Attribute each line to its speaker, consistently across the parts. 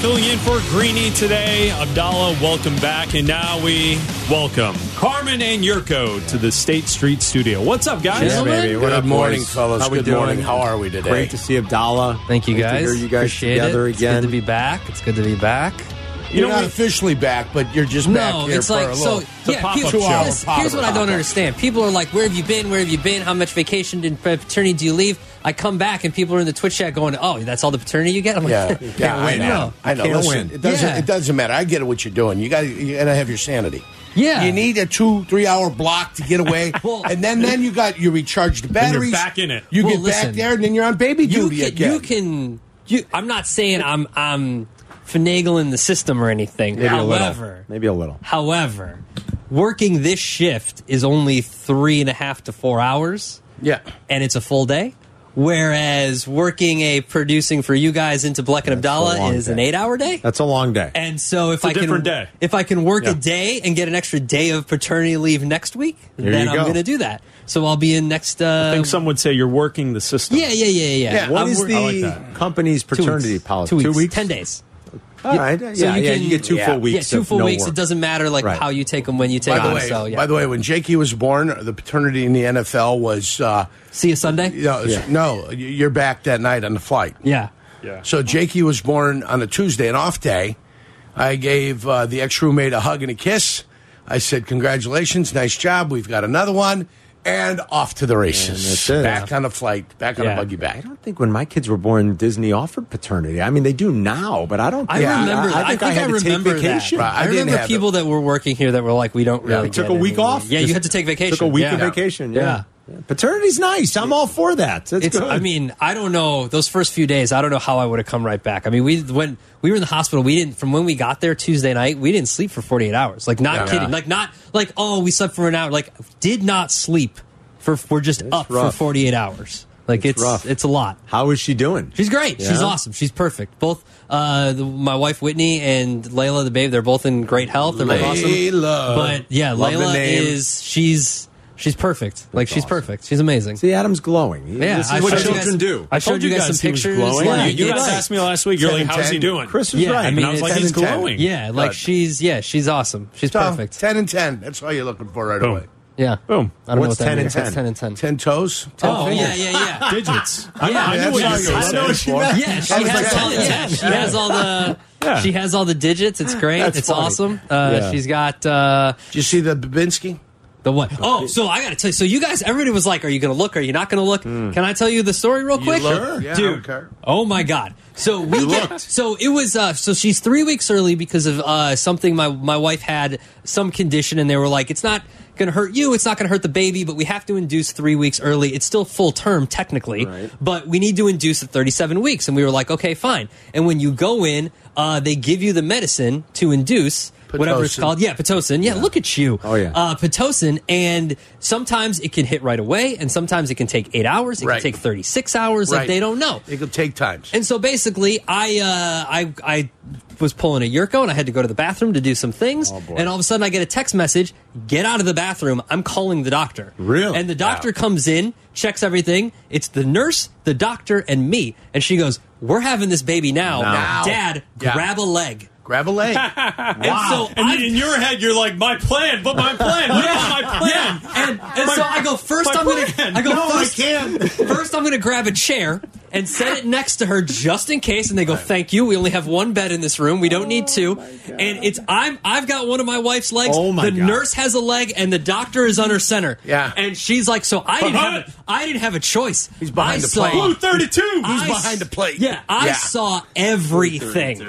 Speaker 1: filling in for Greeny today. Abdallah, welcome back. And now we welcome Carmen and Yurko to the State Street Studio. What's up, guys?
Speaker 2: Yeah, baby. What
Speaker 3: Good
Speaker 2: up,
Speaker 3: morning,
Speaker 2: boys?
Speaker 3: fellas.
Speaker 2: How we
Speaker 3: Good
Speaker 2: doing?
Speaker 3: morning. How are we today?
Speaker 2: Great to see Abdallah.
Speaker 4: Thank you
Speaker 2: Great
Speaker 4: guys.
Speaker 2: To hear you guys
Speaker 4: Appreciate
Speaker 2: together
Speaker 4: it.
Speaker 2: again.
Speaker 4: It's good to be back. It's good to be back.
Speaker 1: You
Speaker 3: You're
Speaker 1: know,
Speaker 3: not
Speaker 1: we-
Speaker 3: officially back, but you're just
Speaker 4: No,
Speaker 3: back here
Speaker 4: it's
Speaker 3: for
Speaker 4: like
Speaker 3: a
Speaker 4: so.
Speaker 3: little.
Speaker 1: the
Speaker 4: yeah,
Speaker 1: pop-up
Speaker 4: people,
Speaker 1: show.
Speaker 4: Here's,
Speaker 3: Pop-up,
Speaker 4: here's what I don't
Speaker 3: pop-up.
Speaker 4: understand. People are like, "Where have you been? Where have you been? How much vacation and paternity do you leave?" I come back and people are in the Twitch chat going, "Oh, that's all the paternity you get." I'm like,
Speaker 3: Yeah, yeah,
Speaker 4: "No,
Speaker 3: I know.
Speaker 4: no."
Speaker 3: I know.
Speaker 2: Can't
Speaker 3: Listen,
Speaker 2: win.
Speaker 3: it doesn't.
Speaker 4: Yeah.
Speaker 3: It doesn't matter. I get what you're doing. You got. You gotta have your sanity.
Speaker 4: Yeah.
Speaker 3: You need a two, three hour block to get away,
Speaker 4: Well-
Speaker 3: and then then you got you recharge the
Speaker 1: you're
Speaker 3: batteries.
Speaker 1: back in it.
Speaker 3: You
Speaker 4: Well,
Speaker 3: get
Speaker 4: listen.
Speaker 3: back there, and then you're on baby
Speaker 4: You
Speaker 3: duty
Speaker 4: can,
Speaker 3: again.
Speaker 4: you can. You, I'm not saying I'm I'm finagling the system or anything. However,
Speaker 2: Maybe a little.
Speaker 4: however, working this shift is only three and a half to four hours.
Speaker 3: Yeah.
Speaker 4: and it's a full day. Whereas working a producing for you guys into Bleck and
Speaker 2: a
Speaker 4: Abdallah
Speaker 2: long
Speaker 4: is an
Speaker 2: day.
Speaker 4: eight hour day.
Speaker 2: That's a long day.
Speaker 4: and so if I can
Speaker 1: different day.
Speaker 4: if I can work
Speaker 2: Yeah.
Speaker 4: a day and get an extra day of paternity leave next week,
Speaker 2: There
Speaker 4: then
Speaker 2: you
Speaker 4: I'm
Speaker 2: go.
Speaker 4: going to do that. So I'll be in next. Uh,
Speaker 1: I think some would say you're working the system.
Speaker 4: Yeah, yeah, yeah, yeah.
Speaker 3: Yeah,
Speaker 2: What
Speaker 4: I'm
Speaker 2: is
Speaker 4: wor-
Speaker 2: the
Speaker 1: I like that.
Speaker 2: company's
Speaker 4: two weeks.
Speaker 2: paternity policy?
Speaker 4: Two weeks, ten days.
Speaker 2: All right. Yeah,
Speaker 4: So you
Speaker 2: yeah.
Speaker 4: can-
Speaker 2: you get two
Speaker 4: yeah.
Speaker 2: full weeks.
Speaker 4: Yeah, two
Speaker 2: of
Speaker 4: full
Speaker 2: no
Speaker 4: weeks.
Speaker 2: Work.
Speaker 4: It doesn't matter like
Speaker 2: Right.
Speaker 4: how you take them, when you take
Speaker 3: By the
Speaker 4: them.
Speaker 3: way,
Speaker 4: so yeah.
Speaker 3: by the way, when Jakey was born, the paternity in the NFL was. Uh,
Speaker 4: see you Sunday.
Speaker 3: you know,
Speaker 2: Yeah.
Speaker 3: No, you're back that night on the flight.
Speaker 4: yeah.
Speaker 1: Yeah.
Speaker 3: So Jakey was born on a Tuesday, an off day. I gave uh, the ex roommate a hug and a kiss. I said, "Congratulations, nice job. We've got another one." And off to the races.
Speaker 2: And that's it.
Speaker 3: Back on the flight. Back on
Speaker 4: Yeah.
Speaker 3: a buggy
Speaker 2: I
Speaker 3: back.
Speaker 2: don't think when my kids were born, Disney offered paternity. I mean, they do now, but I don't.
Speaker 4: I
Speaker 2: Think,
Speaker 4: remember.
Speaker 2: I,
Speaker 4: that.
Speaker 2: think I, had to
Speaker 4: remember
Speaker 2: take vacation.
Speaker 4: That.
Speaker 3: Right, I
Speaker 4: I,
Speaker 3: didn't
Speaker 4: remember
Speaker 3: have
Speaker 4: people that were working here that were like, "We don't really."
Speaker 2: I took
Speaker 4: get
Speaker 2: a week
Speaker 4: anything.
Speaker 2: off.
Speaker 4: Yeah, you
Speaker 2: Just
Speaker 4: had to take vacation.
Speaker 2: Took a week
Speaker 4: yeah.
Speaker 2: of vacation.
Speaker 4: Yeah.
Speaker 2: Yeah. Paternity's nice. I'm all for that. That's
Speaker 4: It's.
Speaker 2: good.
Speaker 4: I mean, I don't know. Those first few days, I don't know how I would have come right back. I mean, we when we were in the hospital, we didn't. From when we got there Tuesday night, we didn't sleep for forty eight hours. Like, not
Speaker 3: Yeah.
Speaker 4: kidding.
Speaker 3: Yeah.
Speaker 4: Like, not like oh, we slept for an hour. Like, did not sleep for. We're just up
Speaker 2: rough.
Speaker 4: for forty eight hours. Like,
Speaker 2: It's
Speaker 4: it's
Speaker 2: rough.
Speaker 4: it's a lot.
Speaker 2: how is she doing?
Speaker 4: She's great. She's
Speaker 2: Yeah?
Speaker 4: awesome. She's perfect. Both uh, the, my wife Whitney and Layla, the babe, they're both in great health. They're both awesome.
Speaker 3: Layla.
Speaker 4: But yeah,
Speaker 2: Love the
Speaker 4: Layla
Speaker 2: name.
Speaker 4: is she's she's perfect. like she's perfect. She's amazing.
Speaker 2: See, Adam's glowing.
Speaker 4: Yeah,
Speaker 2: this is
Speaker 4: I
Speaker 2: what
Speaker 4: showed you
Speaker 2: children
Speaker 4: guys-
Speaker 2: do.
Speaker 4: I showed
Speaker 1: Told
Speaker 4: you guys some
Speaker 1: he was
Speaker 4: pictures,
Speaker 1: glowing.
Speaker 4: like,
Speaker 1: you you
Speaker 4: it's-
Speaker 1: guys asked me last week. You're like,
Speaker 3: Seven,
Speaker 1: "How's he
Speaker 3: ten.
Speaker 1: doing?"
Speaker 2: Chris was
Speaker 4: Yeah,
Speaker 2: right.
Speaker 4: I mean,
Speaker 1: and I was
Speaker 4: it's-
Speaker 1: like, "He's
Speaker 2: seven, ten.
Speaker 1: glowing."
Speaker 4: Yeah, like
Speaker 3: Good.
Speaker 4: she's yeah, she's awesome. She's
Speaker 3: So,
Speaker 4: perfect.
Speaker 3: 10 and 10. That's all you're looking for right
Speaker 1: Boom.
Speaker 3: away.
Speaker 4: Yeah.
Speaker 1: Boom.
Speaker 4: I don't
Speaker 2: What's
Speaker 4: know what that
Speaker 2: 10 and
Speaker 4: means.
Speaker 2: 10?
Speaker 4: That's 10 and 10.
Speaker 3: 10 toes? 10
Speaker 4: Oh, yeah,
Speaker 3: fingers.
Speaker 4: yeah, yeah.
Speaker 1: Digits.
Speaker 4: Yeah,
Speaker 1: I, I knew
Speaker 3: that's
Speaker 1: what you
Speaker 3: all
Speaker 1: said. I
Speaker 3: you're
Speaker 1: know what
Speaker 3: looking
Speaker 1: you
Speaker 3: for.
Speaker 1: meant.
Speaker 4: Yeah, she
Speaker 3: I was
Speaker 4: has
Speaker 3: like,
Speaker 4: all.
Speaker 3: 10,
Speaker 4: Yeah, she has all the.
Speaker 1: Yeah.
Speaker 4: She has all the digits. It's great.
Speaker 2: That's
Speaker 4: it's
Speaker 2: funny.
Speaker 4: awesome. Uh,
Speaker 2: Yeah.
Speaker 4: She's got uh,
Speaker 3: Did you see the Babinski?
Speaker 4: The what? Oh, so I got to tell you. So you guys, everybody was like, "Are you going to look? Are you not going to look?" Can I tell you the story real quick?
Speaker 3: looked. Sure. Yeah, I don't
Speaker 4: dude.
Speaker 3: care.
Speaker 4: Oh my god. So we get, so it was uh, so she's three weeks early because of uh, something my my wife had some condition, and they were like, "It's not." Going to hurt you. It's not going to hurt the baby, but we have to induce three weeks early. It's still full term technically,
Speaker 2: Right.
Speaker 4: but we need to induce at 37 weeks. And we were like, okay, fine. And when you go in, uh, they give you the medicine to induce whatever it's
Speaker 3: Pitocin.
Speaker 4: called. Yeah, pitocin. Yeah, look at you.
Speaker 2: Oh, yeah.
Speaker 4: Uh, Pitocin, and sometimes it can hit right away, and sometimes it can take eight hours. It
Speaker 3: Right.
Speaker 4: can take thirty six hours. Like they don't know.
Speaker 3: It could take times.
Speaker 4: And so basically, I uh, I I was pulling a Yurko, and I had to go to the bathroom to do some things.
Speaker 3: Oh,
Speaker 4: and all of a sudden, I get a text message: "Get out of the bathroom! I'm calling the doctor."
Speaker 2: Really?
Speaker 4: And the doctor comes in, checks everything. It's the nurse, the doctor, and me. And she goes, "We're having this baby now,
Speaker 3: Now.
Speaker 4: Dad.
Speaker 3: Yeah.
Speaker 4: Grab a leg."
Speaker 3: Grab a leg.
Speaker 4: Wow. And so
Speaker 1: And
Speaker 4: I'm
Speaker 1: in your head, you're like, "My plan, but my plan, what about my plan?"
Speaker 4: Yeah, and, and so I go first.
Speaker 1: my
Speaker 4: I'm
Speaker 1: plan.
Speaker 4: gonna. I go
Speaker 2: No, I
Speaker 4: first.
Speaker 2: can't.
Speaker 4: First, I'm gonna grab a chair and set it next to her just in case. And they go, "Thank you. We only have one bed in this room. We don't
Speaker 1: Oh
Speaker 4: need two. And it's I'm I've got one of my wife's legs.
Speaker 2: Oh, my
Speaker 4: the
Speaker 2: God.
Speaker 4: nurse has a leg, and the doctor is under center.
Speaker 3: Yeah.
Speaker 4: And she's like, "So I didn't have a, I didn't have a choice.
Speaker 3: He's behind
Speaker 4: I
Speaker 3: the
Speaker 4: saw-
Speaker 3: plate.
Speaker 1: Ooh, 32.
Speaker 4: I
Speaker 3: He's behind the plate.
Speaker 4: Yeah, I
Speaker 3: Yeah.
Speaker 4: saw everything.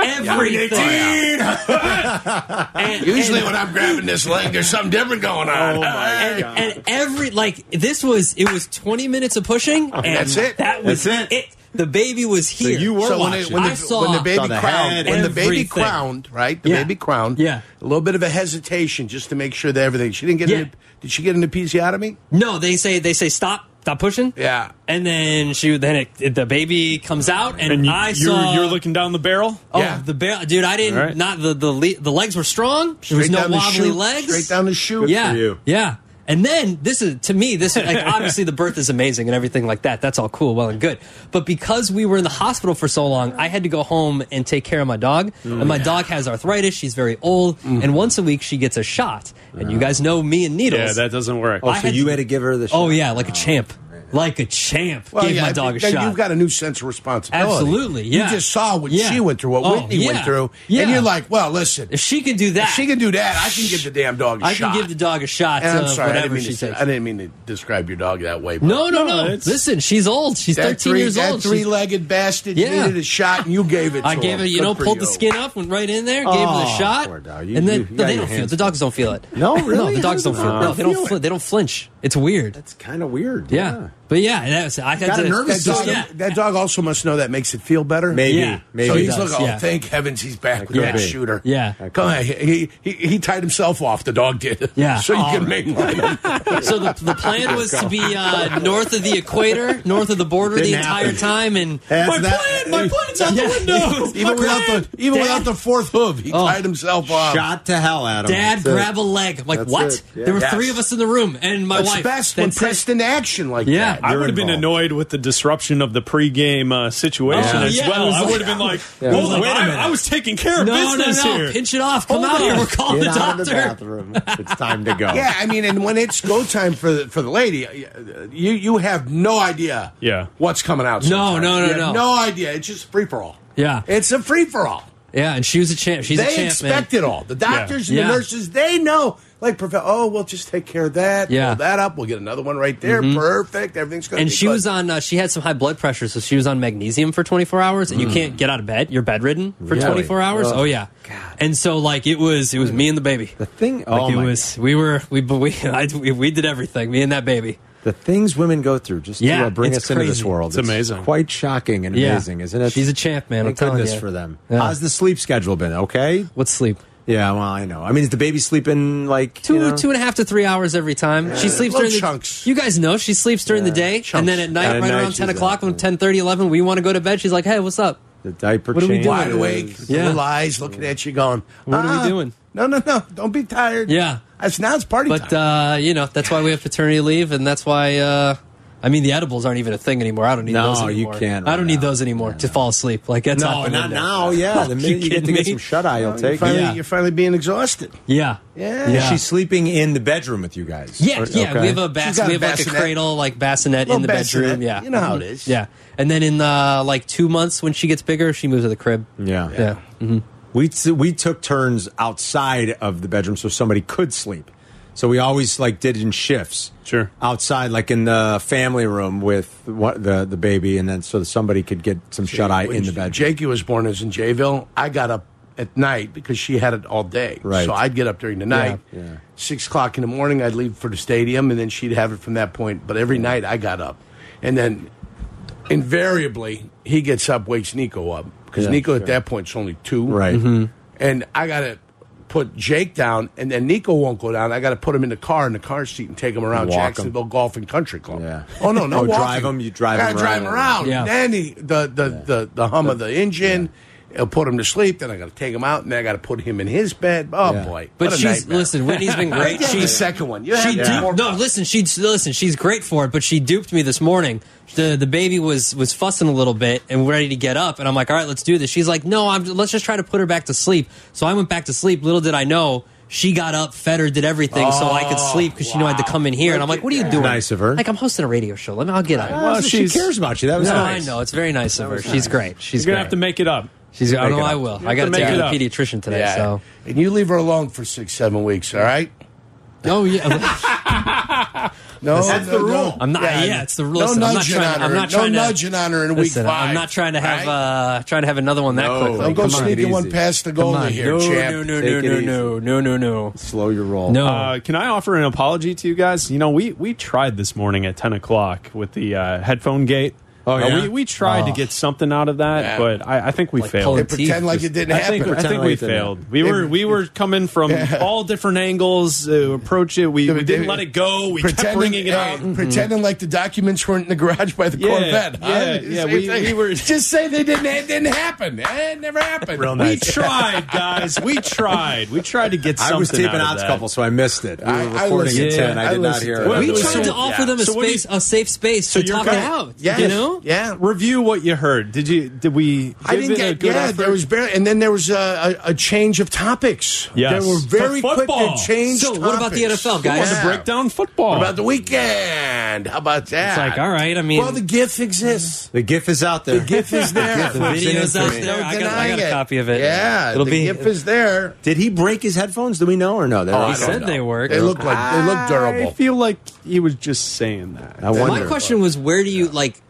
Speaker 4: Everything. And-
Speaker 3: Usually
Speaker 4: and-
Speaker 3: when I'm grabbing this leg, there's something different going on.
Speaker 2: Oh, my
Speaker 4: and, Uh, and every like this was it was 20 minutes of pushing and
Speaker 3: That's it.
Speaker 4: that was
Speaker 2: That's it.
Speaker 4: the baby was here
Speaker 2: you were
Speaker 3: So when,
Speaker 2: watching.
Speaker 3: it- when the,
Speaker 4: I saw
Speaker 3: when the baby
Speaker 2: Saw the head.
Speaker 3: crowned, when the baby
Speaker 4: Everything.
Speaker 3: crowned, right? The
Speaker 4: Yeah.
Speaker 3: baby crowned.
Speaker 4: Yeah.
Speaker 3: A little bit of a hesitation just to make sure that everything. She didn't get.
Speaker 4: Yeah.
Speaker 3: An, did she get an episiotomy?
Speaker 4: no they say they say stop stop pushing
Speaker 3: Yeah.
Speaker 4: and then she then it, it- the baby comes out and,
Speaker 1: And you,
Speaker 4: i
Speaker 1: you're,
Speaker 4: saw
Speaker 1: you're looking down the barrel.
Speaker 4: oh
Speaker 3: Yeah.
Speaker 4: the bear dude i didn't
Speaker 1: All right.
Speaker 4: not the the, le- the legs were strong there was
Speaker 3: Straight
Speaker 4: no
Speaker 3: down the
Speaker 4: wobbly
Speaker 3: chute,
Speaker 4: legs
Speaker 3: Straight down the shoe.
Speaker 4: yeah
Speaker 2: for you.
Speaker 4: yeah And then this is to me, this is like obviously the birth is amazing and everything like that. That's all cool, well and good. But because we were in the hospital for so long, I had to go home and take care of my dog.
Speaker 3: Oh,
Speaker 4: and my dog has arthritis. She's very old,
Speaker 3: Mm-hmm.
Speaker 4: and once a week she gets a shot. And
Speaker 3: Ah.
Speaker 4: you guys know me and needles.
Speaker 1: Yeah, that doesn't work.
Speaker 2: Oh,
Speaker 4: I
Speaker 2: so
Speaker 4: had
Speaker 2: you
Speaker 4: to-
Speaker 2: had to give her the.
Speaker 4: Oh
Speaker 2: shot.
Speaker 4: yeah, like a champ, like a champ. Gave my
Speaker 3: I
Speaker 4: dog a
Speaker 3: think that
Speaker 4: shot.
Speaker 3: You've got a new sense of responsibility.
Speaker 4: Absolutely, yeah.
Speaker 3: You just saw what
Speaker 4: Yeah.
Speaker 3: she went through, what
Speaker 4: Oh,
Speaker 3: Whitney
Speaker 4: yeah.
Speaker 3: went through,
Speaker 4: Yeah.
Speaker 3: and you're like, well, listen,
Speaker 4: if she can do that,
Speaker 3: if she can do that. I can give the damn dog a
Speaker 4: I
Speaker 3: shot.
Speaker 4: can give the dog a shot.
Speaker 3: And I'm
Speaker 4: of
Speaker 3: sorry, I didn't,
Speaker 4: whatever
Speaker 3: mean
Speaker 4: she
Speaker 3: to, say-
Speaker 4: takes.
Speaker 3: I didn't mean to describe your dog that way. but
Speaker 4: No, no,
Speaker 1: No,
Speaker 4: no.
Speaker 1: it's-
Speaker 4: Listen, she's old. She's 13
Speaker 3: that three,
Speaker 4: years
Speaker 3: that
Speaker 4: old. She's-
Speaker 3: three-legged bastard
Speaker 4: Yeah.
Speaker 3: needed a shot, and you gave it. To
Speaker 4: I gave
Speaker 3: him.
Speaker 4: her, you
Speaker 3: Good
Speaker 4: know,
Speaker 3: for
Speaker 4: pulled
Speaker 3: you.
Speaker 4: the skin up, went right in there, gave her the
Speaker 2: Oh,
Speaker 4: shot,
Speaker 2: poor dog. You-
Speaker 4: and then
Speaker 2: you-
Speaker 4: no,
Speaker 2: you got
Speaker 4: they
Speaker 2: your
Speaker 4: don't feel it.
Speaker 2: hands
Speaker 4: The dogs don't feel it.
Speaker 2: No, really?
Speaker 4: the dogs don't feel.
Speaker 2: Uh,
Speaker 4: No, they don't.
Speaker 3: feel
Speaker 4: Fl-
Speaker 3: it.
Speaker 4: they don't flinch. It's weird.
Speaker 2: It's kind of weird.
Speaker 4: Yeah, but yeah, that's I had
Speaker 2: Got a
Speaker 4: to-
Speaker 2: nervous
Speaker 3: That
Speaker 4: Yeah.
Speaker 3: dog, that dog also must know that makes it feel better.
Speaker 2: Maybe.
Speaker 4: Yeah.
Speaker 2: Maybe.
Speaker 3: So
Speaker 4: It
Speaker 3: he's
Speaker 4: does,
Speaker 3: like, oh,
Speaker 4: yeah.
Speaker 3: thank heavens he's back with
Speaker 2: could
Speaker 3: that
Speaker 2: be.
Speaker 3: shooter.
Speaker 4: Yeah.
Speaker 3: Come on. He, he, he tied himself off, the dog did.
Speaker 4: Yeah. Oh.
Speaker 3: so you
Speaker 4: All
Speaker 3: can make one.
Speaker 4: So the, the plan was to be uh, north of the equator, north of the border the
Speaker 2: Didn't
Speaker 4: entire
Speaker 2: happen.
Speaker 4: time, and
Speaker 2: That's
Speaker 1: my
Speaker 2: that-
Speaker 1: plan, my plan's out
Speaker 4: Yeah.
Speaker 1: the window.
Speaker 3: even
Speaker 1: My
Speaker 3: without
Speaker 1: plan!
Speaker 3: the even without the fourth hoof,
Speaker 4: Oh.
Speaker 3: he tied himself off.
Speaker 2: Shot to hell, Adam.
Speaker 4: Dad,
Speaker 2: That's it.
Speaker 4: grab a leg. I'm like
Speaker 2: That's
Speaker 4: what?
Speaker 2: it. Yeah.
Speaker 4: There were
Speaker 3: Yes.
Speaker 4: three of us in the room, and my
Speaker 3: It's
Speaker 4: wife.
Speaker 3: best when
Speaker 4: That's it.
Speaker 3: pressed in action like
Speaker 4: Yeah.
Speaker 3: that.
Speaker 1: I
Speaker 2: You're
Speaker 1: would have been
Speaker 2: involved.
Speaker 1: annoyed with the disruption of the pregame uh, situation
Speaker 4: Oh,
Speaker 1: as
Speaker 4: yeah, it
Speaker 1: well.
Speaker 4: was
Speaker 1: I
Speaker 4: like-
Speaker 1: would have been like,
Speaker 2: Yeah.
Speaker 1: "Whoa,
Speaker 2: It was
Speaker 4: like,
Speaker 1: wait
Speaker 4: wait a
Speaker 1: a minute!
Speaker 4: minute.
Speaker 1: I was taking care of
Speaker 4: No, no,
Speaker 1: business
Speaker 4: no!
Speaker 1: here."
Speaker 4: Pinch it off. Come
Speaker 1: Hold
Speaker 4: out
Speaker 1: it.
Speaker 4: here. We're calling
Speaker 2: Get
Speaker 4: the
Speaker 2: out of the
Speaker 4: doctor.
Speaker 2: bathroom. It's time to go.
Speaker 3: Yeah, I mean, and when it's go time for the, for the lady, you you have no idea.
Speaker 1: Yeah.
Speaker 3: what's coming out?
Speaker 4: No,
Speaker 3: sometimes.
Speaker 4: no, no,
Speaker 3: You have
Speaker 4: no.
Speaker 3: no idea. It's just free for all.
Speaker 4: Yeah.
Speaker 3: it's a free for all.
Speaker 4: Yeah, and she was a champ. She's a
Speaker 3: They
Speaker 4: champ,
Speaker 3: expect
Speaker 4: man.
Speaker 3: it all. The doctors and
Speaker 4: Yeah.
Speaker 3: the nurses, they know. Like, prof- oh, we'll just take care of that.
Speaker 4: Yeah. Mm-hmm.
Speaker 3: Pull that up. We'll get another one right there. Perfect. Everything's going.
Speaker 4: And
Speaker 3: be
Speaker 4: she
Speaker 3: good.
Speaker 4: was on. Uh, she had some high blood pressure, so she was on magnesium for 24 hours, and you can't get out of bed. You're bedridden for
Speaker 2: Mm. Really?
Speaker 4: 24 hours.
Speaker 2: Ugh.
Speaker 4: Oh yeah. And so like it was, it was me and the baby.
Speaker 2: The thing. Oh
Speaker 4: Like it
Speaker 2: my
Speaker 4: was. We were. We we I, we we did everything. Me and that baby.
Speaker 2: God. The things women go through just
Speaker 4: Yeah,
Speaker 2: to uh, bring us
Speaker 4: it's
Speaker 2: into this
Speaker 4: crazy.
Speaker 2: world.
Speaker 1: It's amazing.
Speaker 2: Quite shocking and
Speaker 4: Yeah.
Speaker 2: amazing, isn't it?
Speaker 4: She's a champ, man. I'm
Speaker 2: Thank
Speaker 4: telling
Speaker 2: goodness
Speaker 4: you.
Speaker 2: for them.
Speaker 4: Yeah.
Speaker 2: How's the sleep schedule been? Okay.
Speaker 4: What's sleep?
Speaker 2: Yeah. Well, I know. I mean, is the baby sleeping like
Speaker 4: Two
Speaker 2: you know?
Speaker 4: two and a half to three hours every time. She sleeps
Speaker 3: Little
Speaker 4: during the
Speaker 3: chunks.
Speaker 4: You guys know she sleeps during the day,
Speaker 3: Chunks.
Speaker 4: and then at night,
Speaker 2: And at
Speaker 4: right
Speaker 2: night
Speaker 4: around 10
Speaker 2: she's
Speaker 4: o'clock,
Speaker 2: up,
Speaker 4: when
Speaker 2: yeah.
Speaker 4: 10, 11, we want to go to bed. She's like, "Hey, what's up?
Speaker 2: The diaper
Speaker 4: What are we
Speaker 2: changes.
Speaker 4: doing?
Speaker 3: wide awake,
Speaker 4: Yeah.
Speaker 3: little eyes looking at you, going,
Speaker 4: What are we
Speaker 3: "Uh-uh.
Speaker 4: doing?"
Speaker 3: No, no, no! Don't be tired.
Speaker 4: Yeah.
Speaker 3: it's now it's party
Speaker 4: But
Speaker 3: time.
Speaker 4: uh, you know, that's why we have paternity leave, and that's why. Uh, I mean, the edibles aren't even a thing anymore. I don't need
Speaker 2: No,
Speaker 4: those
Speaker 2: you
Speaker 4: anymore.
Speaker 2: can't
Speaker 4: I don't
Speaker 2: right
Speaker 4: need
Speaker 2: now.
Speaker 4: those anymore to fall asleep. Like that's
Speaker 2: No,
Speaker 4: out the
Speaker 2: Oh, not
Speaker 4: window.
Speaker 2: now. Yeah, the
Speaker 4: You
Speaker 2: minute you, get to
Speaker 4: kidding
Speaker 2: get
Speaker 4: me?
Speaker 2: some shut eye, you'll
Speaker 3: you're,
Speaker 2: take
Speaker 3: finally,
Speaker 2: it.
Speaker 4: uh, yeah.
Speaker 3: you're finally being exhausted.
Speaker 4: Yeah.
Speaker 3: Yeah.
Speaker 2: Yeah.
Speaker 4: Yeah.
Speaker 2: She's sleeping in the bedroom with you guys.
Speaker 4: Yeah,
Speaker 2: Or-
Speaker 4: yeah.
Speaker 2: okay.
Speaker 4: We have a
Speaker 3: She's
Speaker 4: bas-
Speaker 3: got a
Speaker 4: we have like a
Speaker 3: bassinet.
Speaker 4: cradle, like bassinet in
Speaker 3: Little
Speaker 4: the bedroom.
Speaker 3: bassinet.
Speaker 4: Yeah,
Speaker 3: You know how it is.
Speaker 4: Yeah, and then in uh, like two months when she gets bigger, she moves to the crib.
Speaker 2: Yeah.
Speaker 4: yeah.
Speaker 2: We t- we took turns outside of the bedroom so somebody could sleep. So we always like did in shifts.
Speaker 1: Sure.
Speaker 2: Outside, like in the family room with what the the baby, and then so that somebody could get some shut eye in the bedroom.
Speaker 3: Jakey was born as in Jayville. I got up at night because she had it all day.
Speaker 2: Right.
Speaker 3: So I'd get up during the night.
Speaker 2: Yeah. Yeah.
Speaker 3: Six o'clock in the morning, I'd leave for the stadium, and then she'd have it from that point. But every night, I got up, and then invariably he gets up, wakes Nico up because
Speaker 2: Yeah,
Speaker 3: Nico
Speaker 2: sure.
Speaker 3: at that point's only two.
Speaker 2: Right. Mhm.
Speaker 3: And I got to put Jake down, and then Nico won't go down. I got to put him in the car in the car seat and take him around
Speaker 2: Walk him.
Speaker 3: Jacksonville Golf and Country Club.
Speaker 2: Yeah.
Speaker 3: Oh no, no,
Speaker 2: Oh,
Speaker 3: walking.
Speaker 2: drive him, you drive
Speaker 3: Gotta
Speaker 2: him
Speaker 3: drive
Speaker 2: around.
Speaker 3: him around.
Speaker 4: Yeah.
Speaker 3: Then he, the the, the the hum of the engine. It'll put him to sleep. Then I got to take him out, and then I got to put him in his bed. Oh
Speaker 2: Yeah.
Speaker 3: boy!
Speaker 4: But
Speaker 3: what a
Speaker 4: she's
Speaker 3: nightmare.
Speaker 4: listen. Whitney's been great.
Speaker 3: Yeah, the
Speaker 4: She's
Speaker 3: second one. You
Speaker 4: she
Speaker 3: had
Speaker 4: duped,
Speaker 3: more-
Speaker 4: no listen she listen she's great for it but she duped me this morning the the baby was was fussing a little bit and ready to get up and i'm like all right let's do this she's like no i'm let's just try to put her back to sleep so i went back to sleep little did i know she got up, fed her, did everything so I could sleep because she knew I had to come in here. And I'm like, "What are you doing?"
Speaker 2: Nice of her.
Speaker 4: Like I'm hosting a radio show. Let me. I'll get up.
Speaker 2: Well,
Speaker 1: Well,
Speaker 2: she
Speaker 1: she's-
Speaker 2: cares about you. That was
Speaker 4: No,
Speaker 2: nice.
Speaker 4: I know it's very nice of her. She's great. She's
Speaker 1: You're gonna
Speaker 4: great.
Speaker 1: have to make it up.
Speaker 4: She's. I
Speaker 2: make
Speaker 4: know
Speaker 2: it
Speaker 4: I
Speaker 2: up.
Speaker 4: will.
Speaker 1: You
Speaker 4: I
Speaker 1: have
Speaker 4: got to
Speaker 1: to make
Speaker 4: take her to
Speaker 1: it
Speaker 4: the
Speaker 1: up.
Speaker 4: pediatrician today.
Speaker 3: Yeah.
Speaker 4: So.
Speaker 3: And you leave her alone for six, seven weeks. All right?
Speaker 4: Oh yeah.
Speaker 3: No,
Speaker 2: That's
Speaker 3: no,
Speaker 2: the
Speaker 3: no.
Speaker 2: rule.
Speaker 4: I'm not. Yeah, it's the rule. Listen,
Speaker 3: no
Speaker 4: I'm not
Speaker 3: nudging
Speaker 4: trying.
Speaker 3: on
Speaker 4: I'm
Speaker 3: her.
Speaker 4: not
Speaker 3: no
Speaker 4: trying to
Speaker 3: nudging on her in week
Speaker 4: listen,
Speaker 3: five.
Speaker 4: I'm not trying to have
Speaker 3: right?
Speaker 4: uh, trying to have another one that
Speaker 2: No.
Speaker 4: quickly.
Speaker 3: Don't go
Speaker 2: come on, take
Speaker 3: sneaking
Speaker 2: it
Speaker 3: one
Speaker 2: easy.
Speaker 3: past the goalie here,
Speaker 4: no,
Speaker 3: champ.
Speaker 4: no, no,
Speaker 2: Take
Speaker 4: no,
Speaker 2: it
Speaker 4: no,
Speaker 2: easy.
Speaker 4: no, no, no, no,
Speaker 2: Slow your roll.
Speaker 4: no.
Speaker 1: Uh, can I offer an apology to you guys? You know, we we tried this morning at ten o'clock with the uh, headphone gate.
Speaker 2: Oh,
Speaker 1: Uh,
Speaker 2: yeah?
Speaker 1: we, we tried to get something out of that,
Speaker 3: Yeah.
Speaker 1: but I, I think we failed.
Speaker 4: pulling
Speaker 3: They pretend like it didn't
Speaker 1: I think, I
Speaker 3: happen.
Speaker 1: think
Speaker 2: Pretend
Speaker 1: we
Speaker 2: like it didn't
Speaker 1: failed. We were we were coming from all different angles to approach it. We, we didn't let it go. We kept bringing it
Speaker 3: hey,
Speaker 1: out.
Speaker 3: uh, pretending like the documents weren't in the garage by the
Speaker 1: Mm-hmm. Yeah,
Speaker 3: Corvette. huh?
Speaker 1: yeah, yeah,
Speaker 3: Same
Speaker 1: we-
Speaker 3: thing.
Speaker 1: we were-
Speaker 3: just say they didn't. It didn't happen. Eh, It never happened.
Speaker 2: Real
Speaker 1: We
Speaker 2: nice.
Speaker 1: tried, guys. We tried. We tried to get something
Speaker 2: I was taping
Speaker 1: out of
Speaker 2: odds
Speaker 1: that.
Speaker 2: couple, so I missed it. We
Speaker 3: I-
Speaker 2: were
Speaker 3: I
Speaker 2: recording
Speaker 3: listened.
Speaker 2: at ten.
Speaker 3: Yeah,
Speaker 2: I did
Speaker 3: I
Speaker 2: not
Speaker 3: listened
Speaker 2: hear
Speaker 3: to
Speaker 2: it.
Speaker 3: it.
Speaker 4: We
Speaker 1: Really?
Speaker 4: tried to
Speaker 1: So-
Speaker 4: offer them a
Speaker 1: So what do you-
Speaker 4: space, a safe space to
Speaker 1: you're
Speaker 4: talk
Speaker 1: kinda-
Speaker 4: it out.
Speaker 3: Yes.
Speaker 4: You know,
Speaker 3: Yeah.
Speaker 1: Review what you heard. Did you? Did we?
Speaker 3: I
Speaker 1: give
Speaker 3: didn't
Speaker 1: it a
Speaker 3: get.
Speaker 1: good
Speaker 3: Yeah,
Speaker 1: effort?
Speaker 3: there was barely, and then there was a, a, a change of topics.
Speaker 1: Yes.
Speaker 3: There were
Speaker 1: For
Speaker 3: very quick
Speaker 1: football.
Speaker 3: to change.
Speaker 4: So, what about the
Speaker 3: topics.
Speaker 4: NFL, guys?
Speaker 1: I wanted
Speaker 4: Yeah.
Speaker 1: to break down football.
Speaker 3: What about the weekend? How about that?
Speaker 4: It's like, all right, I mean-
Speaker 3: well, the GIF exists.
Speaker 2: The GIF is out there. The
Speaker 3: GIF is there.
Speaker 4: The video's out there. I got, I
Speaker 3: Denying
Speaker 4: got a
Speaker 3: it.
Speaker 4: copy of it.
Speaker 3: Yeah,
Speaker 4: it'll
Speaker 3: the
Speaker 4: be.
Speaker 3: GIF is there.
Speaker 2: Did he break his headphones? Do we know or no? They're
Speaker 3: I
Speaker 2: not-
Speaker 3: don't
Speaker 4: said they work.
Speaker 3: They look like they look
Speaker 1: I
Speaker 3: durable.
Speaker 1: feel like he was just saying that.
Speaker 2: I wonder.
Speaker 4: my question was, where do you like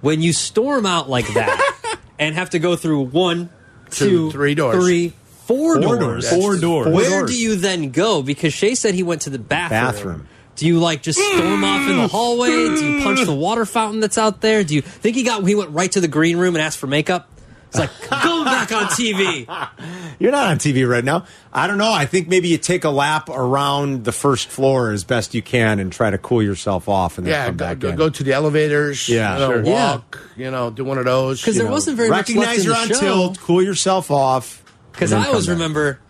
Speaker 4: when you storm out like that and have to go through one, two, three
Speaker 3: Two, three doors.
Speaker 4: three, four doors?
Speaker 1: Four doors.
Speaker 4: Where do you then go? Because Shay said he went to the bathroom.
Speaker 2: Bathroom.
Speaker 4: Do you like just storm off in the hallway? Do you punch the water fountain that's out there? Do you think he got he went right to the green room and asked for makeup? It's like going back on TV.
Speaker 2: You're not on TV right now. I don't know. I think maybe you take a lap around the first floor as best you can and try to cool yourself off, and then
Speaker 3: Yeah,
Speaker 2: come
Speaker 3: go,
Speaker 2: back
Speaker 3: go,
Speaker 2: in.
Speaker 3: go to the elevators.
Speaker 2: Yeah,
Speaker 3: you know,
Speaker 2: sure.
Speaker 4: Yeah.
Speaker 3: walk. You know, do one of those.
Speaker 4: Because
Speaker 3: you
Speaker 4: there
Speaker 3: know.
Speaker 4: wasn't very
Speaker 2: Recognize
Speaker 4: much
Speaker 2: you're
Speaker 4: left
Speaker 2: on
Speaker 4: in the show.
Speaker 2: tilt. Cool yourself off.
Speaker 4: Because
Speaker 2: and then
Speaker 4: I always
Speaker 2: come back.
Speaker 4: remember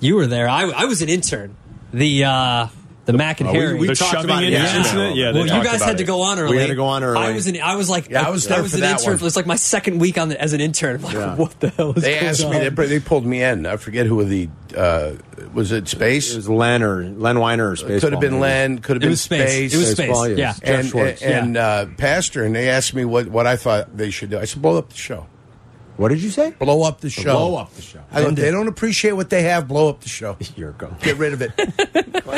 Speaker 4: you were there. I, I was an intern. The uh, the, Mac and Harry.
Speaker 2: we
Speaker 1: the
Speaker 2: talked
Speaker 1: shoving
Speaker 2: about it
Speaker 1: in
Speaker 2: yesterday.
Speaker 1: incident? Yeah, they
Speaker 4: well, you
Speaker 1: talked
Speaker 4: guys
Speaker 1: about
Speaker 4: had to
Speaker 1: it.
Speaker 4: go on early.
Speaker 2: had to go on early.
Speaker 4: I was an, I was like,
Speaker 3: Yeah, I was
Speaker 4: that
Speaker 3: there
Speaker 4: was
Speaker 3: for
Speaker 4: an
Speaker 3: that
Speaker 4: intern.
Speaker 3: one.
Speaker 4: It was like my second week on the, as an intern. I'm like,
Speaker 2: Yeah.
Speaker 4: what the hell is
Speaker 3: They
Speaker 4: going
Speaker 3: asked
Speaker 4: on?
Speaker 3: me. They, they pulled me in. I forget who the uh, was it. Space
Speaker 2: It was Len or Len Weiner or Spaceball.
Speaker 3: could have been Len. Could have
Speaker 4: It
Speaker 3: been
Speaker 4: was space. It was space.
Speaker 2: Spaceball,
Speaker 4: Yeah.
Speaker 2: yes. Jeff
Speaker 3: and
Speaker 2: Schwartz.
Speaker 3: and uh, Pastor, and they asked me what, what I thought they should do. I said, blow up the show.
Speaker 2: What did you say?
Speaker 3: Blow up the show.
Speaker 2: Blow up the show.
Speaker 3: I go, they don't appreciate what they have. Blow up the show.
Speaker 2: Here it goes.
Speaker 3: Get rid of it.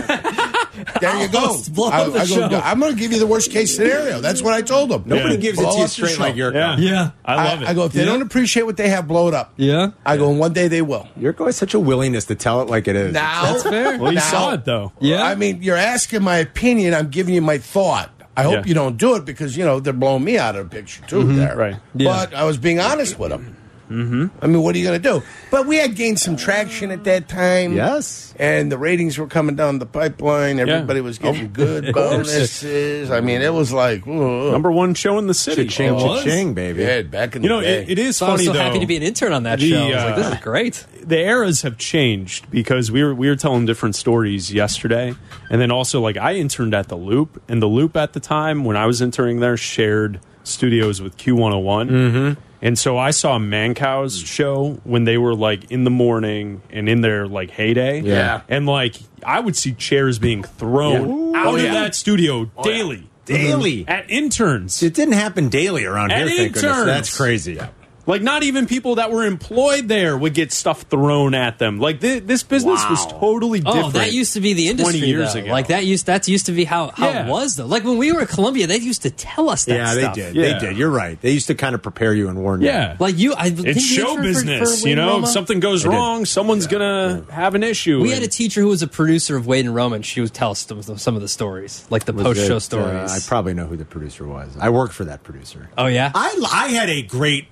Speaker 3: there you go.
Speaker 4: Almost blow up the show.
Speaker 3: go. I'm going to give you the worst case scenario. That's what I told them.
Speaker 2: Nobody
Speaker 1: Yeah.
Speaker 2: gives it
Speaker 3: Blow
Speaker 2: to you
Speaker 3: up the
Speaker 2: straight
Speaker 3: show.
Speaker 2: like Yurko.
Speaker 1: Yeah.
Speaker 4: Yeah.
Speaker 1: I love it.
Speaker 3: I go, if they
Speaker 4: Yeah.
Speaker 3: don't appreciate what they have, blow it up.
Speaker 4: Yeah.
Speaker 3: I go, and one day they will.
Speaker 2: Yurko has such a willingness to tell it like it is.
Speaker 3: Now,
Speaker 4: That's fair.
Speaker 1: well, you
Speaker 3: now-
Speaker 1: saw it though.
Speaker 4: Yeah.
Speaker 3: I mean, you're asking my opinion. I'm giving you my thought. I hope
Speaker 1: Yeah. Mm-hmm.
Speaker 3: you don't do it because you know they're blowing me out of the picture too. there,
Speaker 1: right.
Speaker 4: Yeah.
Speaker 3: But I was being honest with them. Mm-hmm. I mean, what are you going to do? But we had gained some traction at that time.
Speaker 2: Yes.
Speaker 3: and the ratings were coming down the pipeline. Everybody was
Speaker 1: Oh.
Speaker 3: getting good bonuses. I mean, it was like whoa.
Speaker 1: Number one show in the city.
Speaker 2: Cha-ching,
Speaker 4: Oh, it was?
Speaker 2: cha-ching, baby.
Speaker 3: yeah, back in
Speaker 1: You know,
Speaker 3: the day.
Speaker 1: it, it is
Speaker 4: so I was
Speaker 1: funny
Speaker 4: so
Speaker 1: though.
Speaker 4: happy to be an intern on that
Speaker 1: The,
Speaker 4: show. I was like,
Speaker 1: uh,
Speaker 4: this is great.
Speaker 1: the eras have changed because we were we were telling different stories yesterday, and then also like I interned at the Loop, and the Loop at the time when I was interning there shared studios with Q one hundred
Speaker 2: Mm-hmm.
Speaker 1: one, and so I saw Mancow's show when they were like in the morning and in their like heyday,
Speaker 2: Yeah.
Speaker 1: and like I would see chairs being thrown
Speaker 2: Yeah.
Speaker 1: out
Speaker 2: Oh,
Speaker 1: of
Speaker 2: yeah.
Speaker 1: that studio daily,
Speaker 2: Daily.
Speaker 1: at interns.
Speaker 2: It didn't happen daily around
Speaker 1: And
Speaker 2: here. Thank goodness.
Speaker 1: interns.
Speaker 2: That's crazy.
Speaker 1: Like not even people that were employed there would get stuff thrown at them. Like thi- this business
Speaker 2: Wow.
Speaker 1: was totally different.
Speaker 4: Oh, that used to be the
Speaker 1: 20
Speaker 4: industry.
Speaker 1: years
Speaker 4: though.
Speaker 1: ago.
Speaker 4: Like that used that's used to be how, how
Speaker 1: Yeah.
Speaker 4: it was though. Like when we were at Columbia, they used to tell us that
Speaker 2: yeah,
Speaker 4: stuff.
Speaker 2: they did.
Speaker 1: Yeah.
Speaker 2: They did. You're right. They used to kind of prepare you and warn
Speaker 1: Yeah.
Speaker 2: you.
Speaker 4: Like you, I think
Speaker 1: it's
Speaker 4: you
Speaker 1: show
Speaker 4: interned for-
Speaker 1: business,
Speaker 4: for
Speaker 1: you
Speaker 4: Wayne
Speaker 1: know.
Speaker 4: Roma?
Speaker 1: If something goes
Speaker 2: I did.
Speaker 1: wrong, someone's gonna have an issue.
Speaker 4: We
Speaker 1: And
Speaker 4: had a teacher who was a producer of Wade and Roman. She would tell us some of the, some of the stories, like the
Speaker 2: Was
Speaker 4: post show
Speaker 2: it,
Speaker 4: stories.
Speaker 2: uh, I probably know who the producer was. I worked for that producer.
Speaker 4: oh yeah,
Speaker 2: I, I had a great